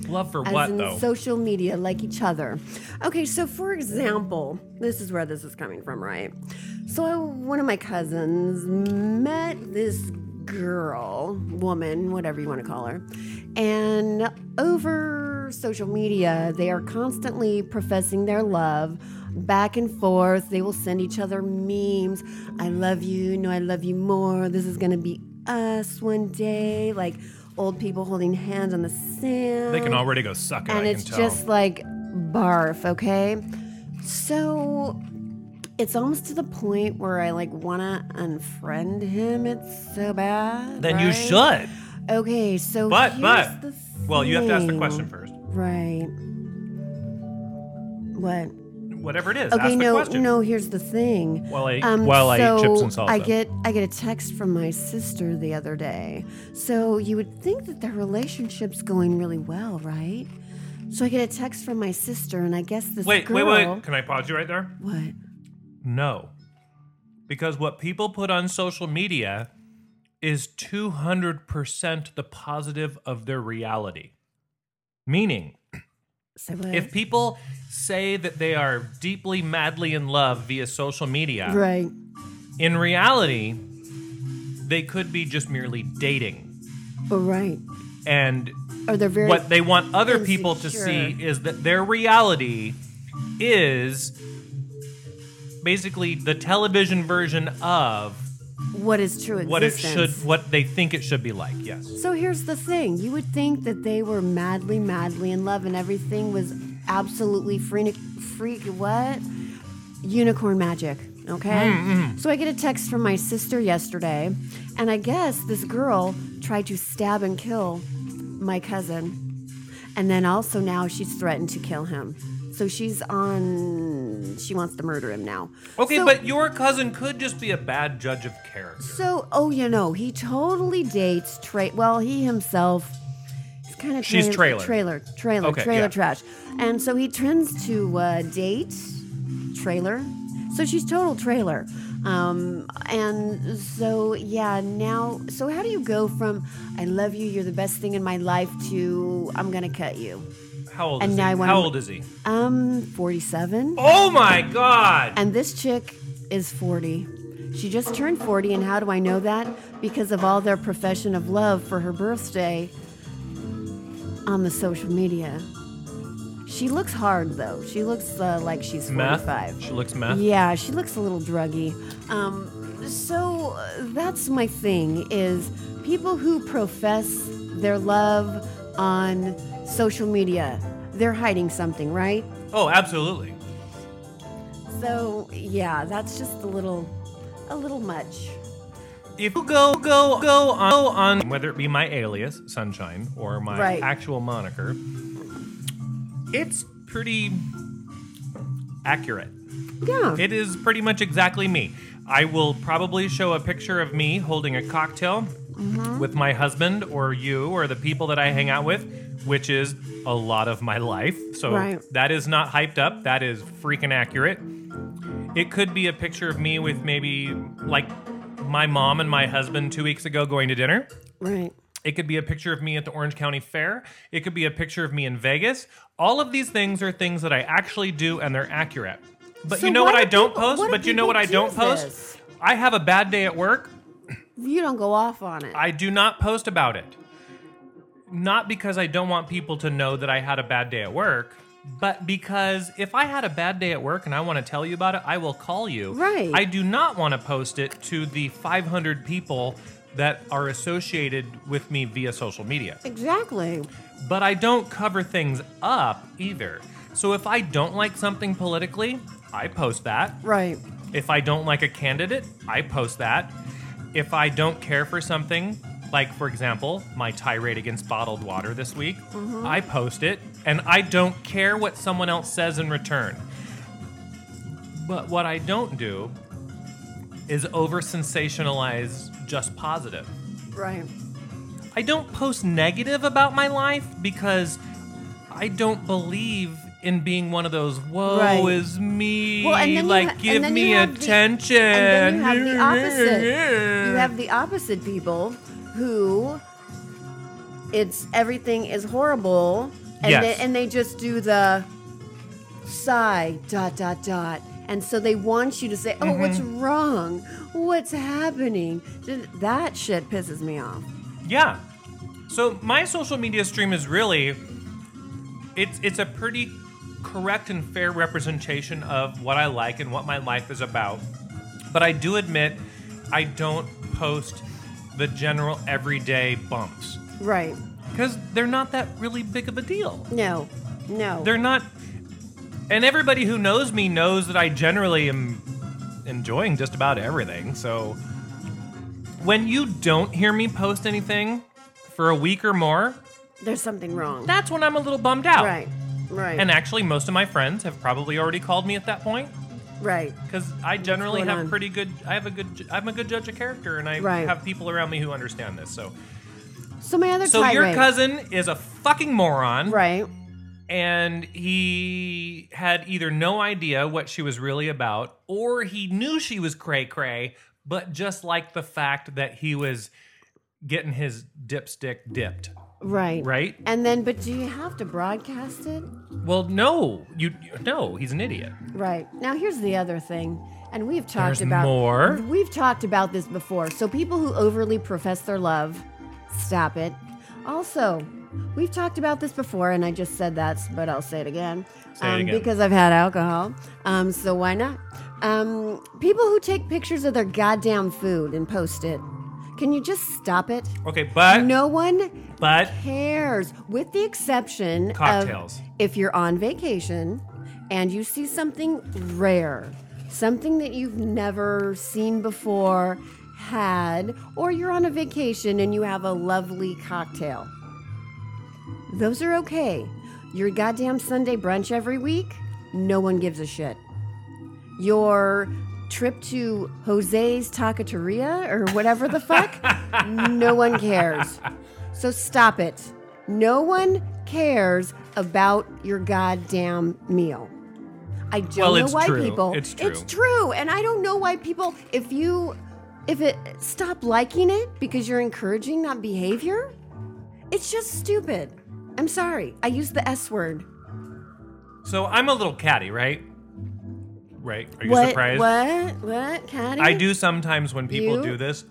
Love for as what in though? social media, like each other. Okay, so for example, this is where this is coming from, right? So one of my cousins met this girl, woman, whatever you want to call her, and over social media, they are constantly professing their love back and forth. They will send each other memes. I love you. No, I love you more. This is going to be us one day. Like old people holding hands on the sand They can already go suck it. Mm. and I it's can tell. just like barf okay so it's almost to the point where i like wanna unfriend him it's so bad then you right? should. okay so But here's but the well, you have to ask the thing. question first. right what Whatever it is, okay ask the no question. no here's the thing Um, While I- while I eat so chips and salsa. i get i get a text from my sister the other day so you would think that their relationship's going really well right so i get a text from my sister and i guess this Wait, girl wait, wait. Can I pause you right there? what No. Because what people put on social media is 200% the positive of their reality. Meaning, so what if people say that they are deeply madly in love via social media, right in reality, they could be just merely dating. oh, right And or they're very what they want other people to insecure. see is that their reality is basically the television version of What is true existence? what it should, what they think it should be like. Yes. So here's the thing you would think that they were madly, madly in love and everything was absolutely freak, freak what? Unicorn magic. Okay. Mm, So I get a text from my sister yesterday, and I guess this girl tried to stab and kill my cousin. And then also now she's threatened to kill him. So she's on, she wants to murder him now. Okay, So- but your cousin could just be a bad judge of character. so, oh, you know, he totally dates Trey. Well, he himself is kind of She's trailer, trailer. trailer, trailer, Okay, trailer yeah. trash, and so he tends to uh, date trailer. So she's total trailer, um, and so yeah. Now, so how do you go from "I love you, you're the best thing in my life" to "I'm gonna cut you"? How old And is now he? I wanna- How old is he? Um, forty-seven. Oh my god! And this chick is 40. She just turned 40, and how do I know that? Because of all their profession of love for her birthday on the social media. She looks hard, though. She looks uh, like she's 45. Meth. She looks meth. Yeah, she looks a little druggy. Um, so uh, that's my thing is people who profess their love on social media, they're hiding something, right? Oh, absolutely. So yeah, that's just a little, a little much. If you go go go on, go on whether it be my alias Sunshine or my Right. actual moniker, it's pretty accurate. Yeah. It is pretty much exactly me. I will probably show a picture of me holding a cocktail Mm-hmm. with my husband or you or the people that I hang out with, which is a lot of my life. So Right. that is not hyped up. That is freaking accurate. It could be a picture of me with maybe like my mom and my husband two weeks ago going to dinner. right. It could be a picture of me at the Orange County Fair. It could be a picture of me in Vegas. All of these things are things that I actually do and they're accurate. But So you know why what I do don't people- why post? do But you know people what I do don't post? this? I have a bad day at work. You don't go off on it. I do not post about it. Not because I don't want people to know that I had a bad day at work, but because if I had a bad day at work and I want to tell you about it, I will call you. Right. I do not want to post it to the 500 people that are associated with me via social media exactly. but I don't cover things up either. So if I don't like something politically, I post that. Right. If I don't like a candidate, I post that. If I don't care for something, like for example, my tirade against bottled water this week, I post it and I don't care what someone else says in return. But what I don't do is over sensationalize just positive. Right. I don't post negative about my life because I don't believe in being one of those "woe Right. is me." Well, and then you ha- like and give then me you have the- attention. and then you have the opposite. You have the opposite people who it's everything is horrible, and Yes. they, and they just do the sigh dot dot dot, and so they want you to say, "Oh, what's Mm-hmm. wrong? What's happening?" That shit pisses me off. *laughs* yeah. So my social media stream is really it's it's a pretty correct and fair representation of what I like and what my life is about. But I do admit I don't post the general everyday bumps. Right. because they're not that really big of a deal. No. No. They're not, and everybody who knows me knows that I generally am enjoying just about everything. So when you don't hear me post anything for a week or more, There's something wrong. that's when I'm a little bummed out. Right. Right. And actually, most of my friends have probably already called me at that point right. because I generally going have on? pretty good. I have a good. ju- I'm a good judge of character, and I Right. have people around me who understand this. So, So my other so your tirade- cousin is a fucking moron. right? and he had either no idea what she was really about or he knew she was cray cray but just liked the fact that he was getting his dipstick dipped Right. right And then, but do you have to broadcast it? well no you no he's an idiot Right. Now, here's the other thing, and we've talked There's about more? We've talked about this before. So people who overly profess their love, stop it. Also, we've talked about this before, and I just said that, but I'll say it again, Say it um, again. because I've had alcohol. Um, so why not? Um, people who take pictures of their goddamn food and post it. Can you just stop it? Okay, but No one but cares, with the exception of Cocktails. if you're on vacation and you see something rare, something that you've never seen before, had, or you're on a vacation and you have a lovely cocktail. Those are okay. Your goddamn Sunday brunch every week, no one gives a shit. Your trip to Jose's Tacateria or whatever the fuck, no one cares. So stop it. No one cares about your goddamn meal. I don't Well, know it's why true. people. It's true. It's true, and I don't know why people. If you, if it stop liking it because you're encouraging that behavior, it's just stupid. I'm sorry. I used the S word. so I'm a little catty, right? Right? Are you what? surprised? What? What? Caddy? I do sometimes when people You? do this.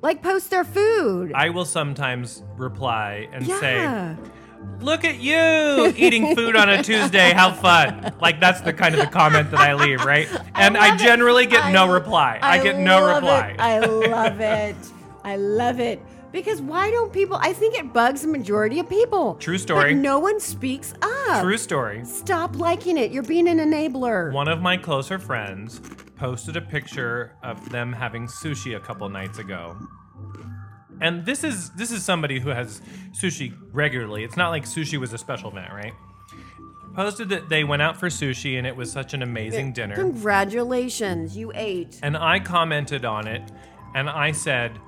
Like post their food. I will sometimes reply and say, yeah. "Look at you eating food on *laughs* a Tuesday. How fun!" Like that's the kind of the comment that I leave, right? And I, love it. generally get no I- reply. I, get no love it. reply. *laughs* I love it. I love it. Because why don't people? I think it bugs the majority of people. True story. But no one speaks up. True story. Stop liking it. You're being an enabler. One of my closer friends posted a picture of them having sushi a couple nights ago. And this is this is somebody who has sushi regularly. It's not like sushi was a special event, right? Posted that they went out for sushi and it was such an amazing dinner. Congratulations, you ate. And I commented on it and I said,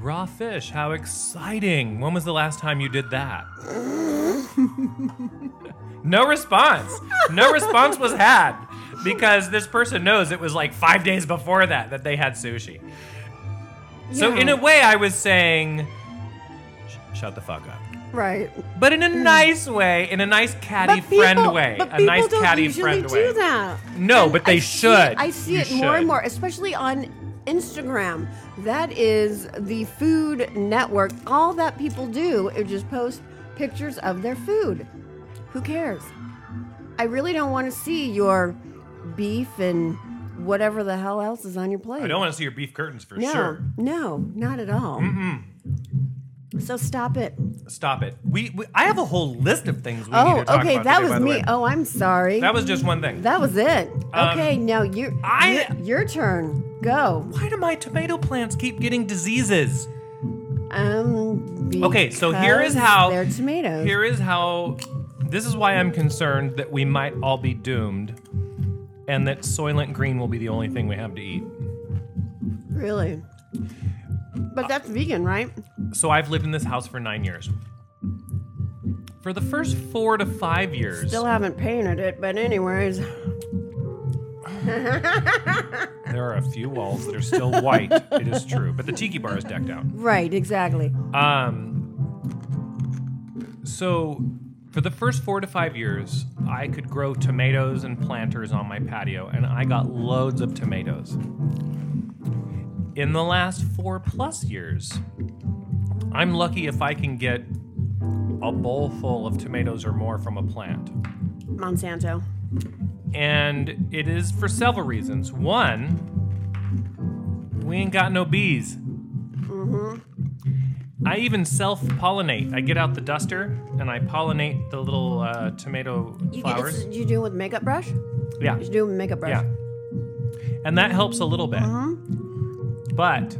"Raw fish, how exciting. When was the last time you did that?" *laughs* No response. No response was had because this person knows it was like five days before that that they had sushi. So, Yeah. in a way, I was saying, "Sh- shut the fuck up. Right. But in a nice way, in a nice catty Hmm. But people- friend way. But a nice people don't catty usually friend do way. that. No, but they I see should. it- I see You it more should. and more, especially on Instagram. That is the food network. All that people do is just post pictures of their food. Who cares? I really don't want to see your beef and whatever the hell else is on your plate. I don't want to see your beef curtains for no, sure. no, not at all. So stop it. Stop it. We, we I have a whole list of things we need Oh, to talk okay, about. that today, by was the me. way. Oh, I'm sorry. That was just one thing. That was it. okay, now you. Um, I- y- your turn. Go. Why do my tomato plants keep getting diseases? Um. Okay, so here is because how- they're tomatoes. Here is how this is why I'm concerned that we might all be doomed and that Soylent Green will be the only thing we have to eat. really. But that's vegan, right? So I've lived in this house for 9 years. For the first 4 to 5 years, Still haven't painted it, but anyways, there are a few walls that are still *laughs* white. it is true, but the tiki bar is decked out. right? Exactly. Um, so, for the first four to five years, I could grow tomatoes and planters on my patio, and I got loads of tomatoes. In the last four plus years, I'm lucky if I can get a bowl full of tomatoes or more from a plant. Monsanto. And it is for several reasons. One, we ain't got no bees. Mm-hmm. I even self pollinate. I get out the duster and I pollinate the little uh, tomato You, get- flowers. it's- you do it with makeup brush? You yeah, should do it with makeup brush. yeah. And that helps a little bit. But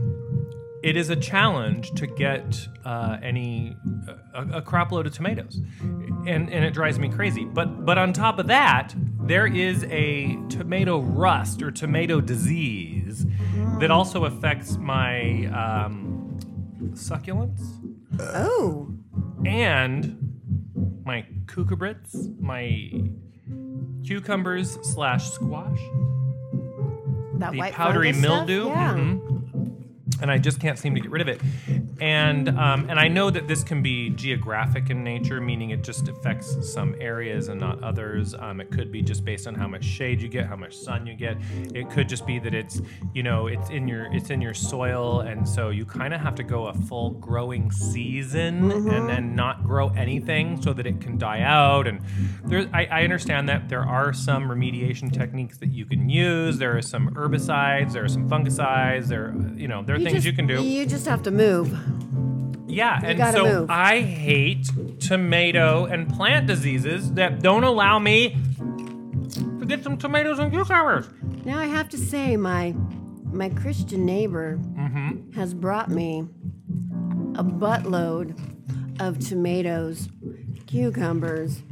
it is a challenge to get uh, any uh, a, a crop load of tomatoes, and and it drives me crazy. But but on top of that, there is a tomato rust or tomato disease that also affects my um, succulents Oh, and my cucurbits, my cucumbers slash squash that the white powdery fungus stuff? mildew. Mm-hmm. Yeah. mhm. and I just can't seem to get rid of it. And um, and I know that this can be geographic in nature, meaning it just affects some areas and not others. Um, it could be just based on how much shade you get, how much sun you get. It could just be that it's you know it's in your it's in your soil, and so you kind of have to go a full growing season and then not grow anything so that it can die out. And there, I, I understand that there are some remediation techniques that you can use. There are some herbicides, there are some fungicides, there are, you know there are things just, you can do. You just have to move. Yeah, and gotta so move. I hate tomato and plant diseases that don't allow me to get some tomatoes and cucumbers. Now I have to say, my my Christian neighbor Mm-hmm. has brought me a buttload of tomatoes, cucumbers,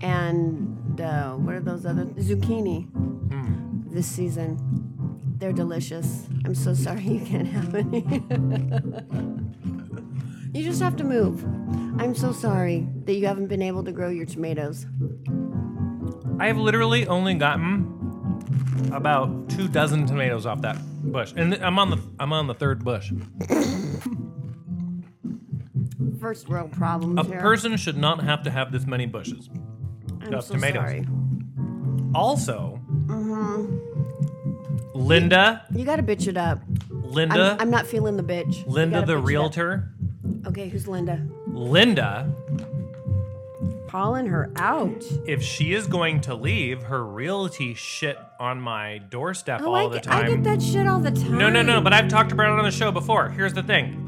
and uh, what are those other zucchini Hmm. this season? They're delicious. I'm so sorry *laughs* you can't have any. you just have to move. I'm so sorry that you haven't been able to grow your tomatoes. I have literally only gotten about two dozen tomatoes off that bush, and I'm on the I'm on the third bush. First world problems A here. person should not have to have this many bushes. I'm of so tomatoes. sorry. Also, Mm-hmm. Linda, You gotta bitch it up. Linda, I'm, I'm not feeling the bitch. You Linda gotta the bitch it up. realtor, Okay, who's Linda? Linda. Calling her out. if she is going to leave her realty shit on my doorstep Oh, all I, the get, I time. get that shit all the time. no, no, no, but I've talked about it on the show before. Here's the thing.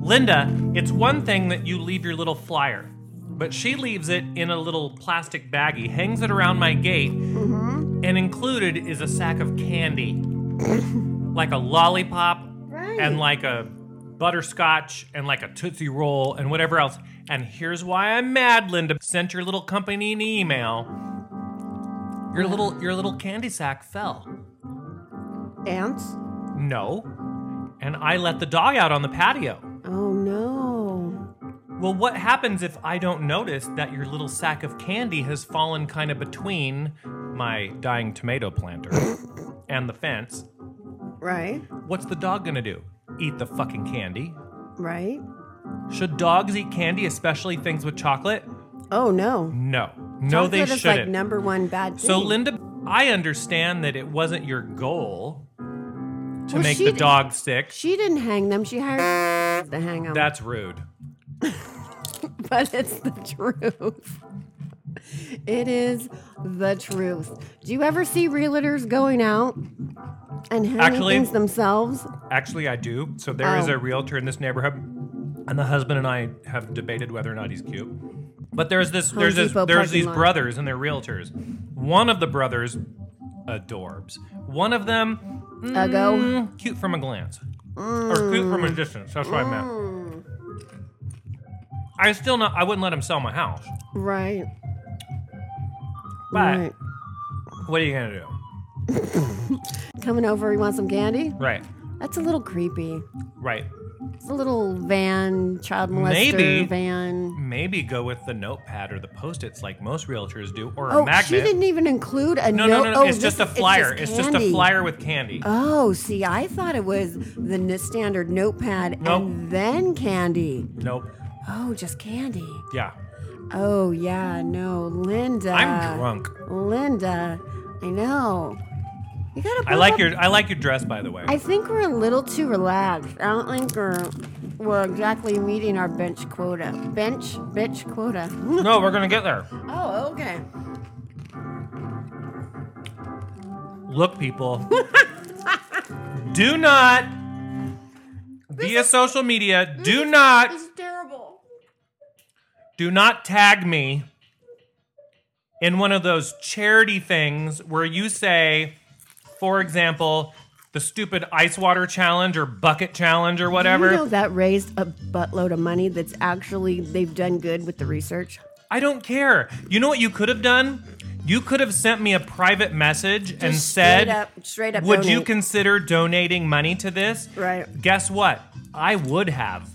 Linda, it's one thing that you leave your little flyer, but she leaves it in a little plastic baggie, hangs it around my gate, and included is a sack of candy. like a lollipop Right. and like a butterscotch and like a Tootsie Roll and whatever else. And here's why I'm mad, Linda. Sent your little company an email. Your little your little candy sack fell. Ants? No. And I let the dog out on the patio. Oh no. Well, what happens if I don't notice that your little sack of candy has fallen kind of between my dying tomato planter and the fence? Right, What's the dog gonna do? Eat the fucking candy? right. Should dogs eat candy, especially things with chocolate? Oh no. No. No, they Chocolate is like shouldn't. number one bad thing. so, Linda, I understand that it wasn't your goal to Well, make she the d- dog sick. she didn't hang them. She hired *laughs* to hang them. That's rude. but it's the truth. It is the truth. Do you ever see realtors going out and hanging Actually- things themselves? Actually, I do. So there is Oh. a realtor in this neighborhood, and the husband and I have debated whether or not he's cute. But there's this, there's this, Depot there's parking these lot. brothers and they're realtors. One of the brothers adorbs. One of them Ago. mm, cute from a glance, or cute from a distance. That's what I meant. Mm. I still not. I wouldn't let him sell my house. Right. But Right. what are you gonna do? Coming over, you want some candy? Right, That's a little creepy. right. It's a little van, child molester Maybe. van. Maybe go with the notepad or the post-its like most realtors do, or Oh, a magnet. she didn't even include a No, note. no, no. no. Oh, it's this just a is- flyer. It's just, a candy. flyer with candy. Oh, see, I thought it was the n- standard notepad Nope. and then candy. nope. Oh, just candy. Yeah. Oh, yeah, no, Linda. I'm drunk. Linda, I know. You gotta. I buck like up. your I like your dress, by the way. I think we're a little too relaxed. I don't think we're we're exactly meeting our bench quota. Bench, bitch quota. *laughs* no, we're gonna get there. Oh, okay. Look, people. *laughs* do not via social media. Do not This is terrible. do not tag me in one of those charity things where you say, for example, the stupid ice water challenge or bucket challenge or whatever. You know that raised a buttload of money. That's actually they've done good with the research. I don't care. You know what you could have done? You could have sent me a private message and Just said, straight up, straight up. Would you donate. consider donating money to this? Right. Guess what? I would have.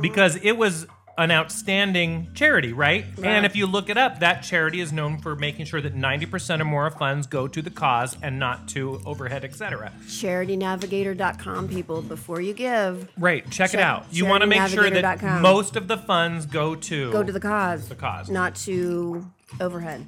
Because it was an outstanding charity, right? Yeah. And if you look it up, that charity is known for making sure that 90% or more of funds go to the cause and not to overhead, etc. CharityNavigator.com, people, before you give, Right, check it Cha- out. You want to make sure that CharityNavigator.com. most of the funds go to go to the cause. The cause. Not to overhead.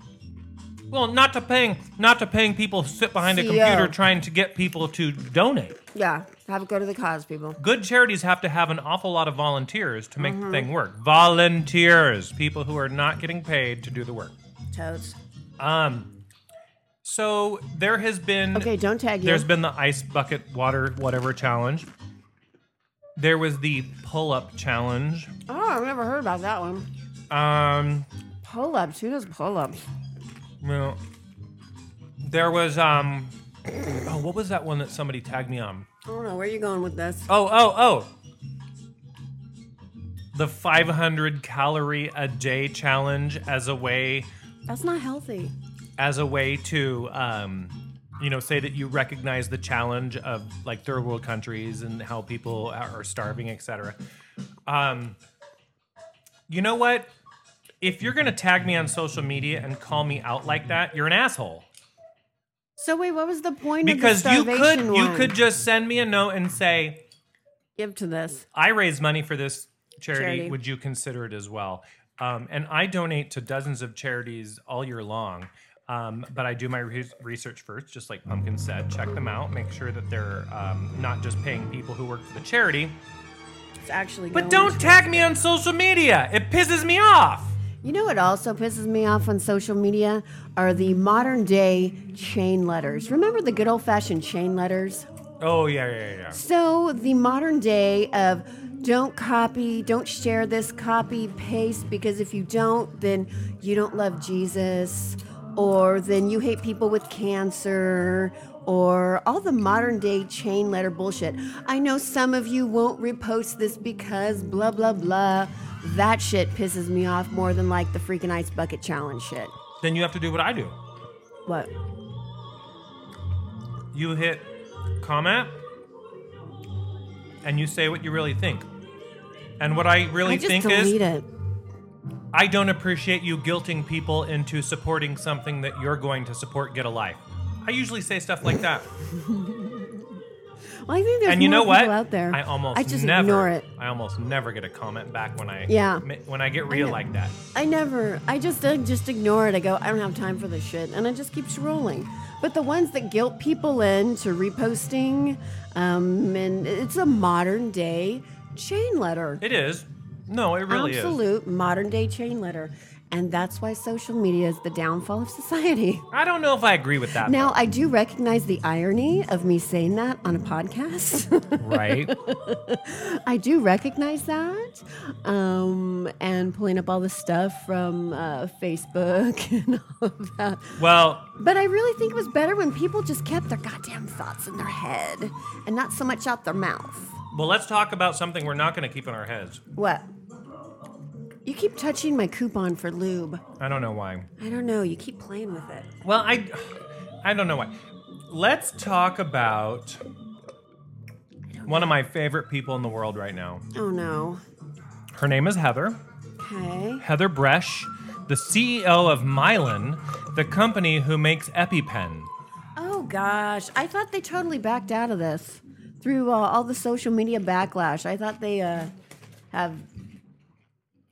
well, not to paying not to paying people who sit behind a CEO. computer trying to get people to donate. Yeah. Have it go to the cause, people. Good charities have to have an awful lot of volunteers to make the thing work. Volunteers, people who are not getting paid to do the work. Toads. Um, so there has been Okay, don't tag you. there's been the ice bucket water whatever challenge. There was the pull up challenge. oh, I've never heard about that one. Um, Pull ups. Who does pull ups? well, there was um, oh, what was that one that somebody tagged me on? I don't know. Where are you going with this? Oh, oh, oh. The 500 calorie a day challenge as a way That's not healthy. as a way to um, you know say that you recognize the challenge of like third world countries and how people are starving etc um, you know what if you're gonna tag me on social media and call me out like that you're an asshole So wait, what was the point because of the you starvation could one? you could just send me a note and say give to this. I raise money for this charity. Charity. Would you consider it as well? Um, and I donate to dozens of charities all year long. Um, but I do my re- research first, just like Pumpkin said. Check them out, make sure that they're um, not just paying people who work for the charity. It's actually. But going don't to- tag me on social media. It pisses me off. You know what also pisses me off on social media are the modern day chain letters. Remember the good old fashioned chain letters? Oh yeah, yeah, yeah. So the modern day of don't copy, don't share this, copy, paste, because if you don't, then you don't love Jesus, or then you hate people with cancer, or all the modern day chain letter bullshit. I know some of you won't repost this because blah, blah, blah. That shit pisses me off more than like the freaking ice bucket challenge shit. Then you have to do what I do. What? You hit comment, and you say what you really think. And what I really I just think delete is, it. I don't appreciate you guilting people into supporting something that you're going to support get a life. I usually say stuff like *laughs* that. Well, I think there's and you more know what? people out there. I almost I just never ignore it. I almost never get a comment back when I Yeah. mi- when I get real know. like that. I never. I just I just ignore it. I go, I don't have time for this shit, and it just keeps rolling. But the ones that guilt people into reposting, um, and it's a modern day chain letter. It is. No, it really is. Absolute modern day chain letter, and that's why social media is the downfall of society. *laughs* I don't know if I agree with that. Now, I do recognize the irony of me saying that on a podcast. *laughs* though, right? I do recognize that. Um, and pulling up all the stuff from uh, Facebook *laughs* and all of that. well, But I really think it was better when people just kept their goddamn thoughts in their head and not so much out their mouth. well, let's talk about something we're not going to keep in our heads. What? You keep touching my coupon for lube. I don't know why. I don't know. You keep playing with it. Well, I I don't know why. Let's talk about one of my favorite people in the world right now. Oh no. Her name is Heather. Okay. Heather Bresch, the CEO of Mylan, the company who makes EpiPen. Oh gosh. I thought they totally backed out of this through uh, all the social media backlash. I thought they uh, have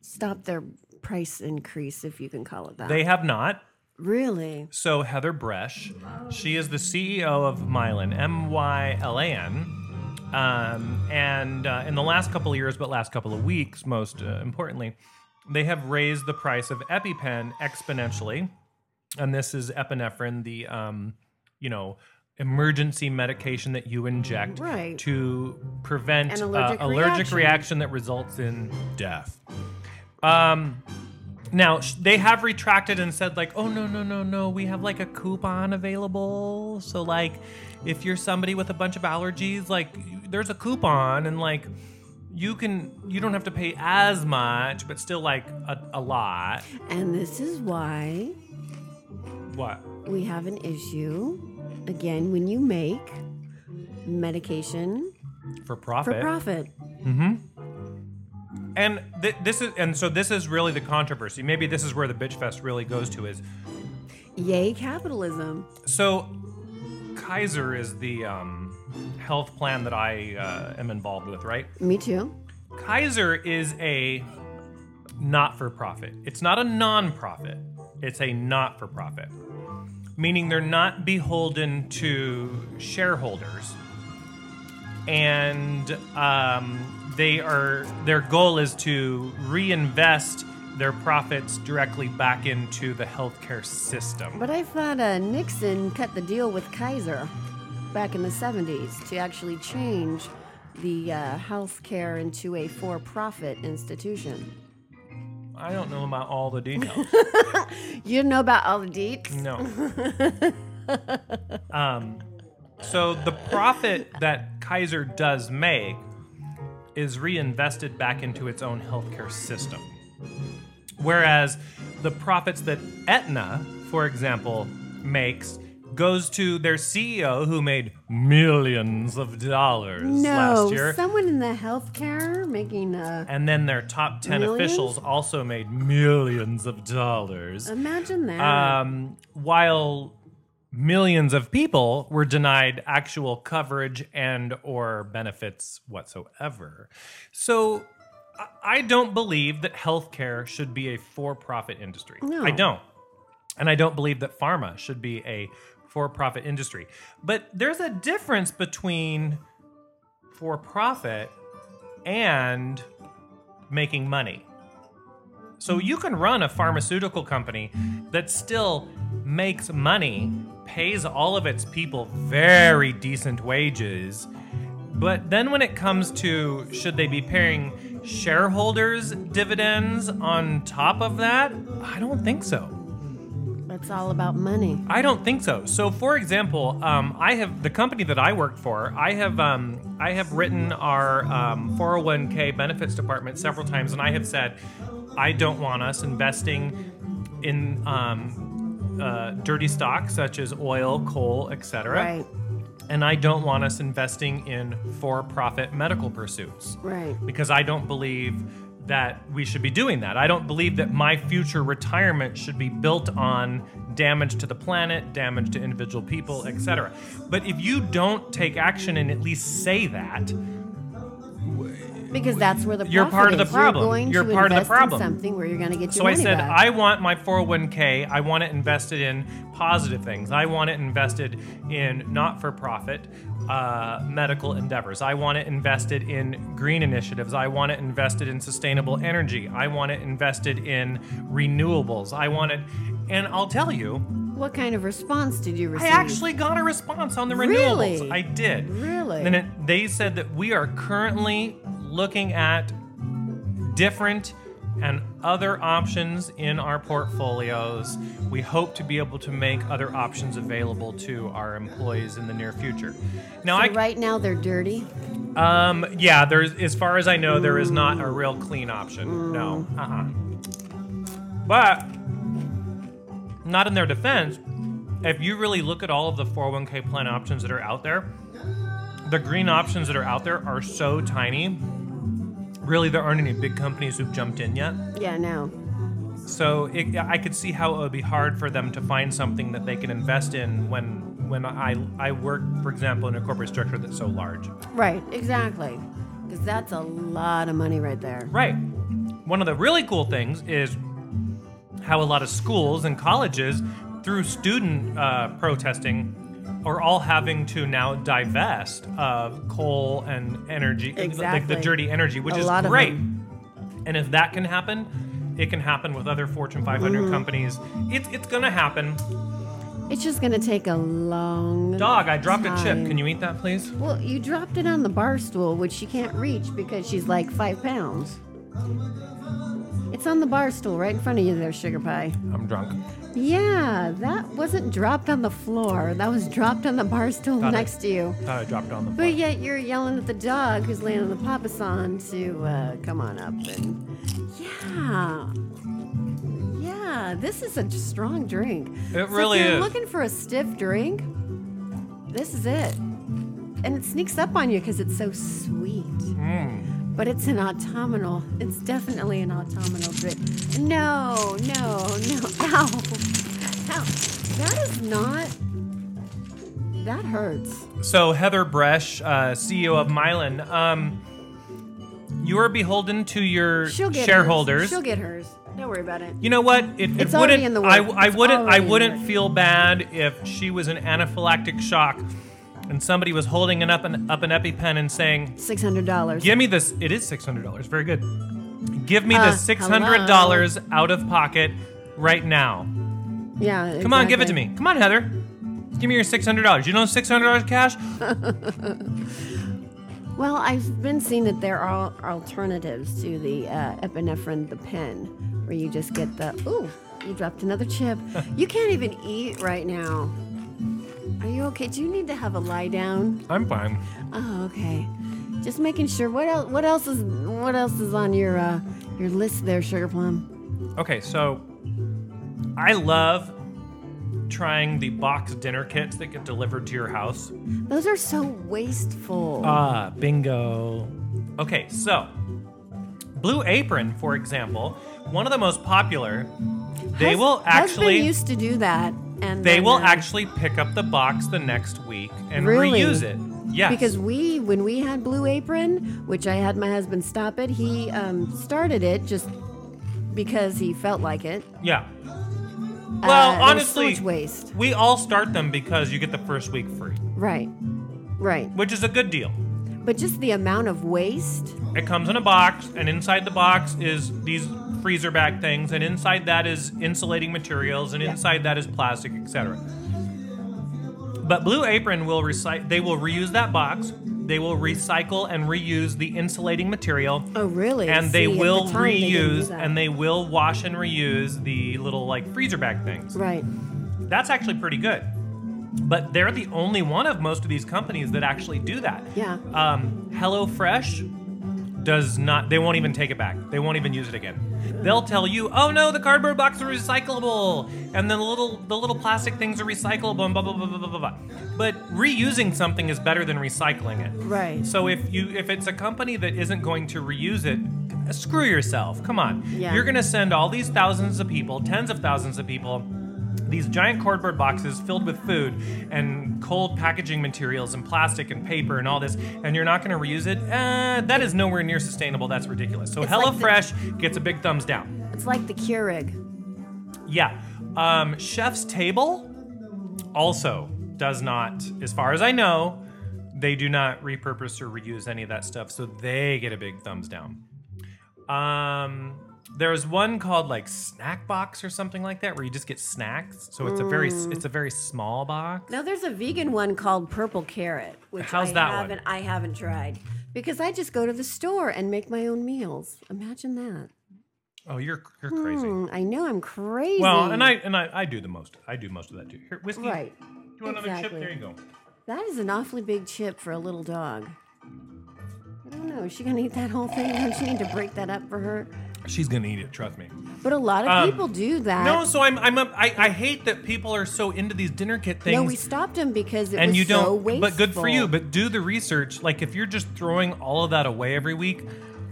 stopped their price increase, if you can call it that. They have not. really? So Heather Bresch, she is the CEO of Mylan, M Y L A N. Um, and uh, in the last couple of years, but last couple of weeks, most uh, importantly, they have raised the price of EpiPen exponentially. And this is epinephrine, the um, you know emergency medication that you inject Right. to prevent An uh, allergic allergic reaction. reaction that results in death. Um, now sh- they have retracted and said like, "Oh no, no, no, no, we have like a coupon available." So like if you're somebody with a bunch of allergies, like you- there's a coupon and like you can you don't have to pay as much, but still like a, a lot. And this is why What? we have an issue again when you make medication For profit. for profit. Mhm. and th- this is and so this is really the controversy. Maybe this is where the bitch fest really goes to is Yay, capitalism. so Kaiser is the um, health plan that I uh, am involved with, right? Me too. Kaiser is a not for profit. It's not a non profit, it's a not for profit, meaning they're not beholden to shareholders. And um, they are their goal is to reinvest their profits directly back into the healthcare system. But I thought uh, Nixon cut the deal with Kaiser back in the 70s to actually change the uh, health care into a for profit institution. I don't know about all the details. You know about all the deets? No. um, so the profit that Kaiser does make is reinvested back into its own healthcare system. Whereas the profits that Aetna, for example, makes goes to their CEO who made millions of dollars Mm, last year. someone in the healthcare making uh, a. and then their top 10 Millions? officials also made millions of dollars Imagine that. um, while millions of people were denied actual coverage and or benefits whatsoever so I- i don't believe that healthcare should be a for-profit industry No. i don't and i don't believe that pharma should be a for-profit industry but there's a difference between for-profit and making money so you can run a pharmaceutical company that still makes money, pays all of its people very decent wages. But then when it comes to should they be paying shareholders dividends on top of that? I don't think so. It's all about money. I don't think so. So, for example, um, I have the company that I work for. I have um, I have written our um, 401k benefits department several times, and I have said I don't want us investing in um, uh, dirty stocks such as oil, coal, etc. Right, And I don't want us investing in for-profit medical pursuits right. because I don't believe that we should be doing that. I don't believe that my future retirement should be built on damage to the planet, damage to individual people, etc. But if you don't take action and at least say that, Because that's where the You're profit part of the is. problem. You're, going You're to part of the invest in problem. something where you're going to get your so I money said back. I want my 401k, I want it invested in positive things. I want it invested in not-for-profit uh, medical endeavors. I want it invested in green initiatives. I want it invested in sustainable energy. I want it invested in renewables. I want it and I'll tell you, What kind of response did you I receive? actually got a response on the renewables. Really? I did. Really? And it, they said that we are currently looking at different and other options in our portfolios. We hope to be able to make other options available to our employees in the near future. Now, I So right now they're dirty. um yeah, there's as far as I know, there is not a real clean option. No. Uh-uh. But not in their defense, if you really look at all of the 401k plan options that are out there, the green options that are out there are so tiny. Really, there aren't any big companies who've jumped in yet. Yeah, no. So it, I could see how it would be hard for them to find something that they can invest in when when I I work, for example, in a corporate structure that's so large. Right, exactly. Because that's a lot of money right there. Right. One of the really cool things is how a lot of schools and colleges, through student uh, protesting, are all having to now divest of coal and energy, like Exactly. the dirty energy, which A is lot of great. And if that can happen, it can happen with other Fortune 500 Mm-hmm. companies. It's it's gonna happen. It's just going to take a long. Dog, I dropped a chip. Time. Can you eat that, please? Well, you dropped it on the bar stool, which she can't reach because she's like five pounds. It's on the bar stool right in front of you there, sugar pie. I'm drunk. Yeah, that wasn't dropped on the floor. That was dropped on the bar stool Got it. next to you. Thought I dropped it on the floor. But yet you're yelling at the dog who's laying on the papa san to uh, come on up and yeah, yeah. This is a strong drink. It really so if you're is. Looking for a stiff drink? Mm. This is it. And it sneaks up on you because it's so sweet. but it's an autumnal. It's definitely an autumnal drip. No, no, no. *laughs* Ow. Ow. That is not. That hurts. So Heather Bresh, uh, CEO of Milan, um, you are beholden to your She'll get shareholders. Hers. She'll get hers. Don't worry about it. You know what? It, it It's wouldn't. already in the I, works. I It's wouldn't. already I in the wouldn't works. feel bad if she was in anaphylactic shock, and somebody was holding an up an up an EpiPen and saying, Six hundred dollars. "Give me this." It is six hundred dollars. Very good. Give me Uh, the six hundred dollars out of pocket right now. Yeah. Come on, give it to me. Come on, Heather. Give me your six hundred dollars. You know six hundred dollars cash. Well, I've been seeing that there are alternatives to the uh, epinephrine, the pen, where you just get the. Ooh, you dropped *laughs* another chip. you can't even eat right now. Are you okay? Do you need to have a lie down? I'm fine. Oh, okay. Just making sure. What else? What else is? What else is on your uh, your list there, Sugar Plum? Okay, so I love trying the box dinner kits that get delivered to your house. Those are so wasteful. Ah, bingo. Okay, so Blue Apron, for example, one of the most popular, they Hus- will Husband actually used to do that, and they then, will uh, actually pick up the box the next week and Really? reuse it. Yes. Because we, when we had Blue Apron, which I had my husband stop it, he um, started it just because he felt like it. yeah. Uh, Well, there was so honestly, much waste. we all start them because you get the first week free, Right, right. which is a good deal. But just the amount of waste. It comes in a box, and inside the box is these freezer bag things, and inside that is insulating materials, and inside that is plastic, etc. But Blue Apron will recycle. They will reuse that box. They will recycle and reuse the insulating material, Oh, really? and they See, at will the time they didn't do reuse that. and they will wash and reuse the little like freezer bag things. right. That's actually pretty good. But they're the only one of most of these companies that actually do that. Yeah. Um, HelloFresh does not. They won't even take it back. They won't even use it again. They'll tell you, "Oh no, the cardboard box is recyclable, and the little the little plastic things are recyclable." And blah blah blah blah blah blah. blah." But reusing something is better than recycling it. Right. So if you if it's a company that isn't going to reuse it, screw yourself. Come on. Yeah. You're gonna send all these thousands of people, tens of thousands of people, these giant cardboard boxes filled with food and cold packaging materials and plastic and paper and all this, and you're not gonna reuse it. Uh, that is nowhere near sustainable. That's ridiculous. So It's like the- HelloFresh gets a big thumbs down. It's like the Keurig. Yeah. Um, Chef's Table also does not, as far as I know, they do not repurpose or reuse any of that stuff, so they get a big thumbs down. Um, there's one called like Snack Box or something like that, where you just get snacks. So it's a very Mm. it's a very small box. No, there's a vegan one called Purple Carrot, which How's I that one? haven't I haven't tried because I just go to the store and make my own meals. Imagine that. Oh, you're you're crazy. Hmm, I know I'm crazy. Well, and I and I, I do the most. I do most of that too. Here, whiskey. right. Do you want another chip? exactly. There you go. That is an awfully big chip for a little dog. I don't know. Is she gonna eat that whole thing? *laughs* Don't you need to break that up for her? She's gonna eat it. Trust me. But a lot of Um, people do that. No, so I'm I'm a, I, I hate that people are so into these dinner kit things. No, we stopped him because it and was you don't so wasteful. but good for you but do the research like if you're just throwing all of that away every week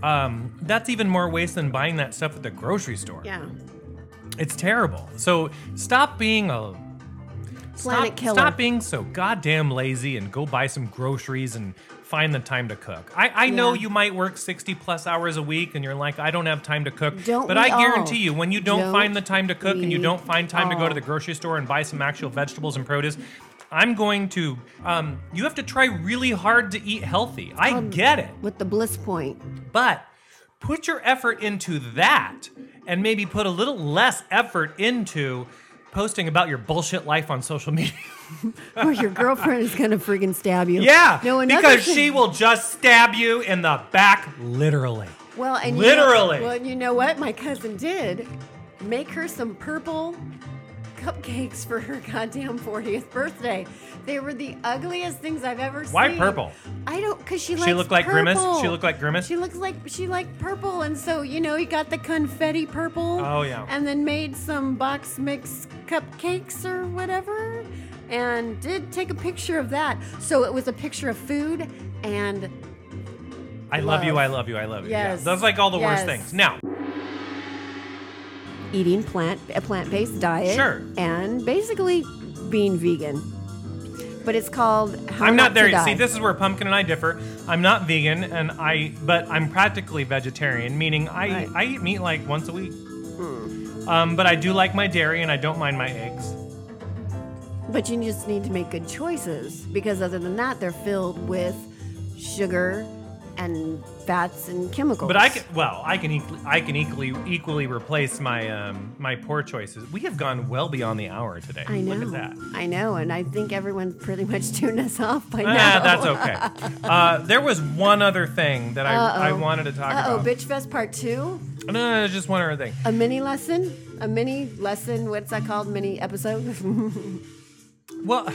um, that's even more waste than buying that stuff at the grocery store yeah, it's terrible so stop being a planet stop, killer. stop being so goddamn lazy and go buy some groceries and find the time to cook i, I know Yeah. you might work 60 plus hours a week and you're like i don't have time to cook Don't but we i all? guarantee you when you don't, Don't find the time to cook and you we don't find time to go all? to the grocery store and buy some actual vegetables and produce i'm going to um, you have to try really hard to eat healthy i Um, get it with the bliss point. but put your effort into that and maybe put a little less effort into posting about your bullshit life on social *laughs* media. or your girlfriend is gonna friggin' stab *laughs* *laughs* you. yeah. No, another because thing- she will just stab you in the back, literally. Well, and Literally. You know, well, you know what? My cousin did make her some purple cupcakes for her goddamn 40th birthday. They were the ugliest things I've ever seen. Why purple? I don't, cause she likes. She looked like Grimace? purple. She looked like Grimace? She looks like she liked purple, and so you know he got the confetti purple. Oh, yeah. And then made some box mix cupcakes or whatever, and did take a picture of that. So it was a picture of food and I love, you, I love you, I love you. Yeah. Yes. That's like all the worst Yes. things. Now, eating plant a plant-based diet. Sure. And basically being vegan. But it's called How I'm not, to there yet. Die. See, this is where Pumpkin and I differ. I'm not vegan, and I, but I'm practically vegetarian, meaning I, Right. Hmm. I eat meat like once a week. Um, but I do like my dairy, and I don't mind my eggs. But you just need to make good choices because other than that, they're filled with sugar and fats and chemicals. But I can, well, I can, equally, I can equally, equally replace my, um, my poor choices. We have gone well beyond the hour today. I know. Look at that. I know, and I think everyone pretty much *laughs* tuned us off by Ah, now. *laughs* that's okay. Uh, there was one other thing that I, I Uh-oh. wanted to talk Uh oh, about. Bitch Fest Part Two, No, no, no, just one other thing. a mini lesson, a mini lesson. What's that called? Mini episode. *laughs* Well,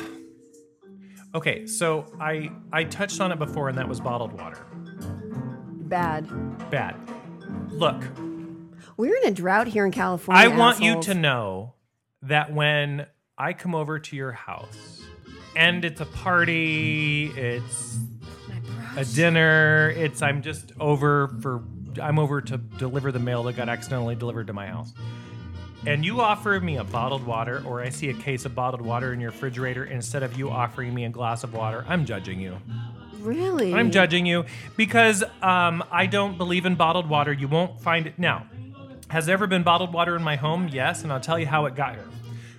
okay, so I I touched on it before, and that was bottled water. Bad. Bad. Look, We're in a drought here in California. I want you assholes. to know that when I come over to your house, and it's a party, it's My bra- a dinner, it's I'm just over for I'm over to deliver the mail that got accidentally delivered to my house. And you offer me a bottled water, or I see a case of bottled water in your refrigerator instead of you offering me a glass of water, I'm judging you. *laughs* Really? I'm judging you because um, I don't believe in bottled water. You won't find it now. Has there ever been bottled water in my home? Yes, and I'll tell you how it got here.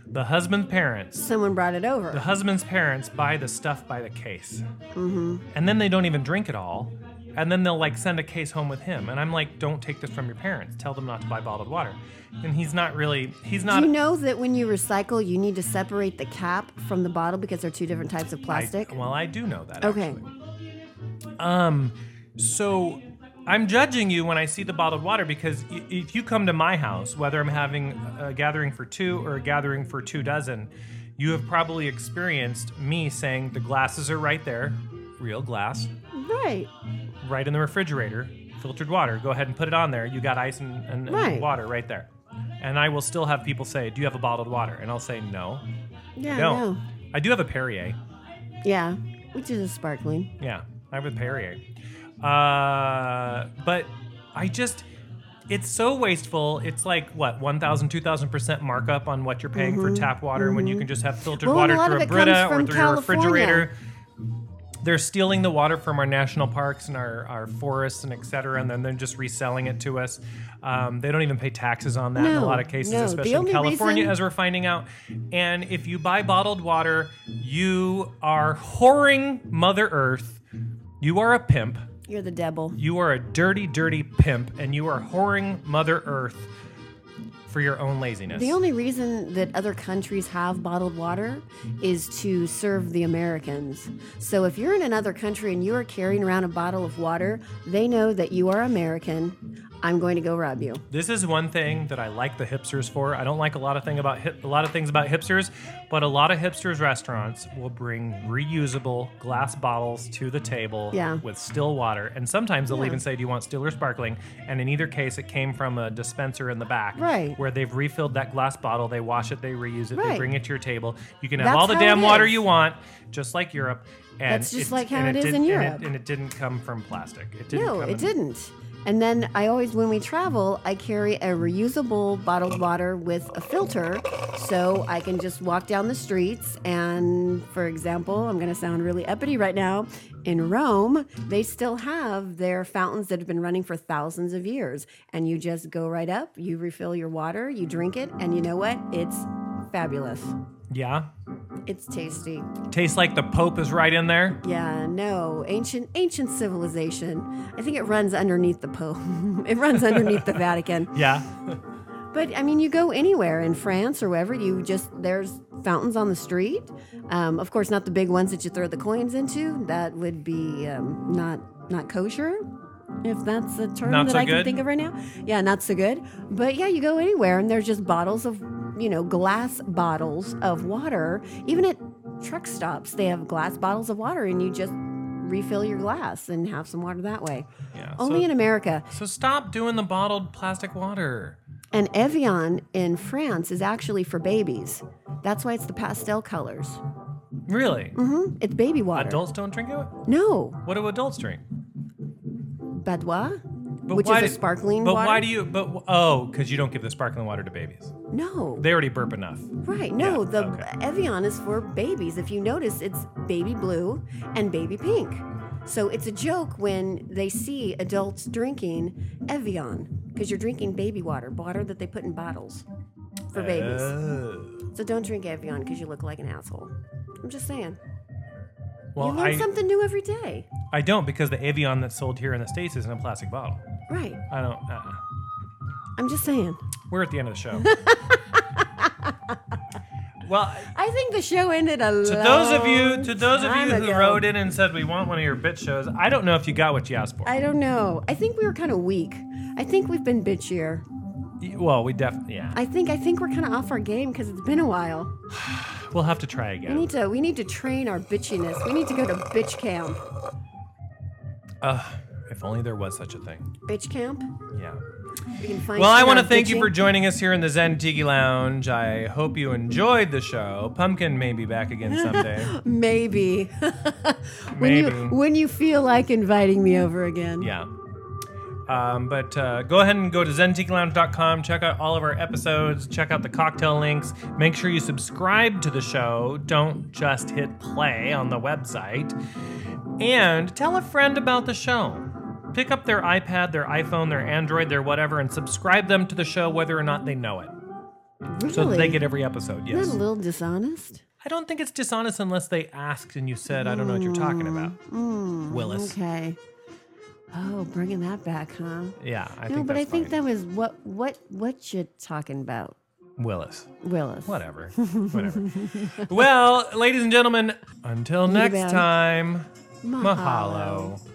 The husband's parents. Someone brought it over. The husband's parents buy the stuff by the case, Mm-hmm. and then they don't even drink it all, and then they'll like send a case home with him. And I'm like, don't take this from your parents. Tell them not to buy bottled water. And he's not really. He's not. Do you know that when you recycle, you need to separate the cap from the bottle because they're two different types of I- plastic? well, I do know that. Okay. actually. Um, so I'm judging you when I see the bottled water because i- if you come to my house, whether I'm having a gathering for two or a gathering for two dozen, you have probably experienced me saying the glasses are right there, real glass, right. right in the refrigerator, filtered water. Go ahead and put it on there. You got ice and, and, and Right. water right there. And I will still have people say, "Do you have a bottled water?" And I'll say, "No, Yeah, no. no. I do have a Perrier." Yeah, which is a sparkling. Yeah, I'm with Perrier. Uh, but I just, it's so wasteful. It's like, what, 1,000, 2,000% markup on what you're paying for tap water when you can just have filtered Mm-hmm. Well, and water a lot through of a it comes Brita or from through California. your refrigerator. They're stealing the water from our national parks and our, our forests and et cetera, and then they're just reselling it to us. Um, they don't even pay taxes on that in a No, lot of cases, no. The especially in only California, reason- as we're finding out. And if you buy bottled water, you are whoring Mother Earth. You are a pimp. You're the devil. You are a dirty, dirty pimp, and you are whoring Mother Earth for your own laziness. The only reason that other countries have bottled water is to serve the Americans. So if you're in another country and you are carrying around a bottle of water, they know that you are American. I'm going to go rob you. this is one thing that I like the hipsters for. I don't like a lot of thing about hip, a lot of things about hipsters, but a lot of hipsters restaurants will bring reusable glass bottles to the table Yeah. with still water, and sometimes they'll even say, "Do you want still or sparkling?" And in either case, it came from a dispenser in the back, Right. Where they've refilled that glass bottle, they wash it, they reuse it, they Right. bring it to your table. You can have That's all the how it damn water is. you want, just like Europe. And That's just it's- like how and it is did- in and it- Europe. and it didn't come from plastic. It didn't. No, come it in- didn't. And then I always, when we travel, I carry a reusable bottled water with a filter so I can just walk down the streets. And for example, I'm going to sound really uppity right now. In Rome, they still have their fountains that have been running for thousands of years. And you just go right up, you refill your water, you drink it, and you know what? It's fabulous. Yeah. It's tasty. Tastes like the Pope is right in there. Yeah, no, ancient ancient civilization. I think it runs underneath the Pope. *laughs* it runs underneath the Vatican. Yeah. But I mean, you go anywhere in France or wherever, you just there's fountains on the street. Um, of course, not the big ones that you throw the coins into. That would be um, not not kosher. If that's a term Not that so I good? can think of right now, yeah, not so good. But yeah, you go anywhere and there's just bottles of, you know, glass bottles of water. Even at truck stops, they have glass bottles of water, and you just refill your glass and have some water that way. Yeah, Only so- in America. So stop doing the bottled plastic water. And Evian in France is actually for babies. That's why it's the pastel colors. Really? Mm-hmm. Mm-hmm. It's baby water. Adults don't drink it? No, What do adults drink? badois, But which is why a do- sparkling But water. why do you? But w- oh, because you don't give the sparkling water to babies. No. They already burp enough. Right. No, Yeah, the okay. Evian is for babies. If you notice, it's baby blue and baby pink. So it's a joke when they see adults drinking Evian because you're drinking baby water, water that they put in bottles Uh. for babies. Oh. So don't drink Evian because you look like an asshole. I'm just saying. you Well, learn I something new every day. I don't because the Avion that's sold here in the states is in a plastic bottle. Right. I don't. Uh-uh. I'm just saying. We're at the end of the show. *laughs* well, I think the show ended a to those of you, to those of you who wrote in and said we want one of your bit shows, I don't know if you got what you asked for. I don't know. I think we were kind of weak. I think we've been bitchier. Y- well, we definitely yeah. I think I think we're kind of off our game because it's been a while. we'll have to try We again. need to we need to train our bitchiness. We need to go to bitch camp. Uh, if only there was such a thing. Bitch camp. Yeah. We can find. Well, I shit want to on thank you bitching. for joining us here in the Zen Tiki Lounge. I hope you enjoyed the show. Pumpkin may be back again someday. *laughs* maybe. *laughs* when you Maybe. when you feel like inviting me over again. yeah. Um, but uh, go ahead and go to zentikilounge.com. Check out all of our episodes. Check out the cocktail links. Make sure you subscribe to the show. Don't just hit play on the website. And tell a friend about the show. Pick up their iPad, their iPhone, their Android, their whatever, and subscribe them to the show whether or not they know it. Really? So that they get every episode. Yes. Isn't that a little dishonest? I don't think it's dishonest unless they asked and you said, I don't know what you're talking about. Willis. Mm. Okay. Oh, bringing that back, huh? Yeah, I no, think but I that's think fine. that was what what what you talking about, Willis. Willis. Whatever. Whatever. well, ladies and gentlemen, until next man. time, Mahalo. mahalo.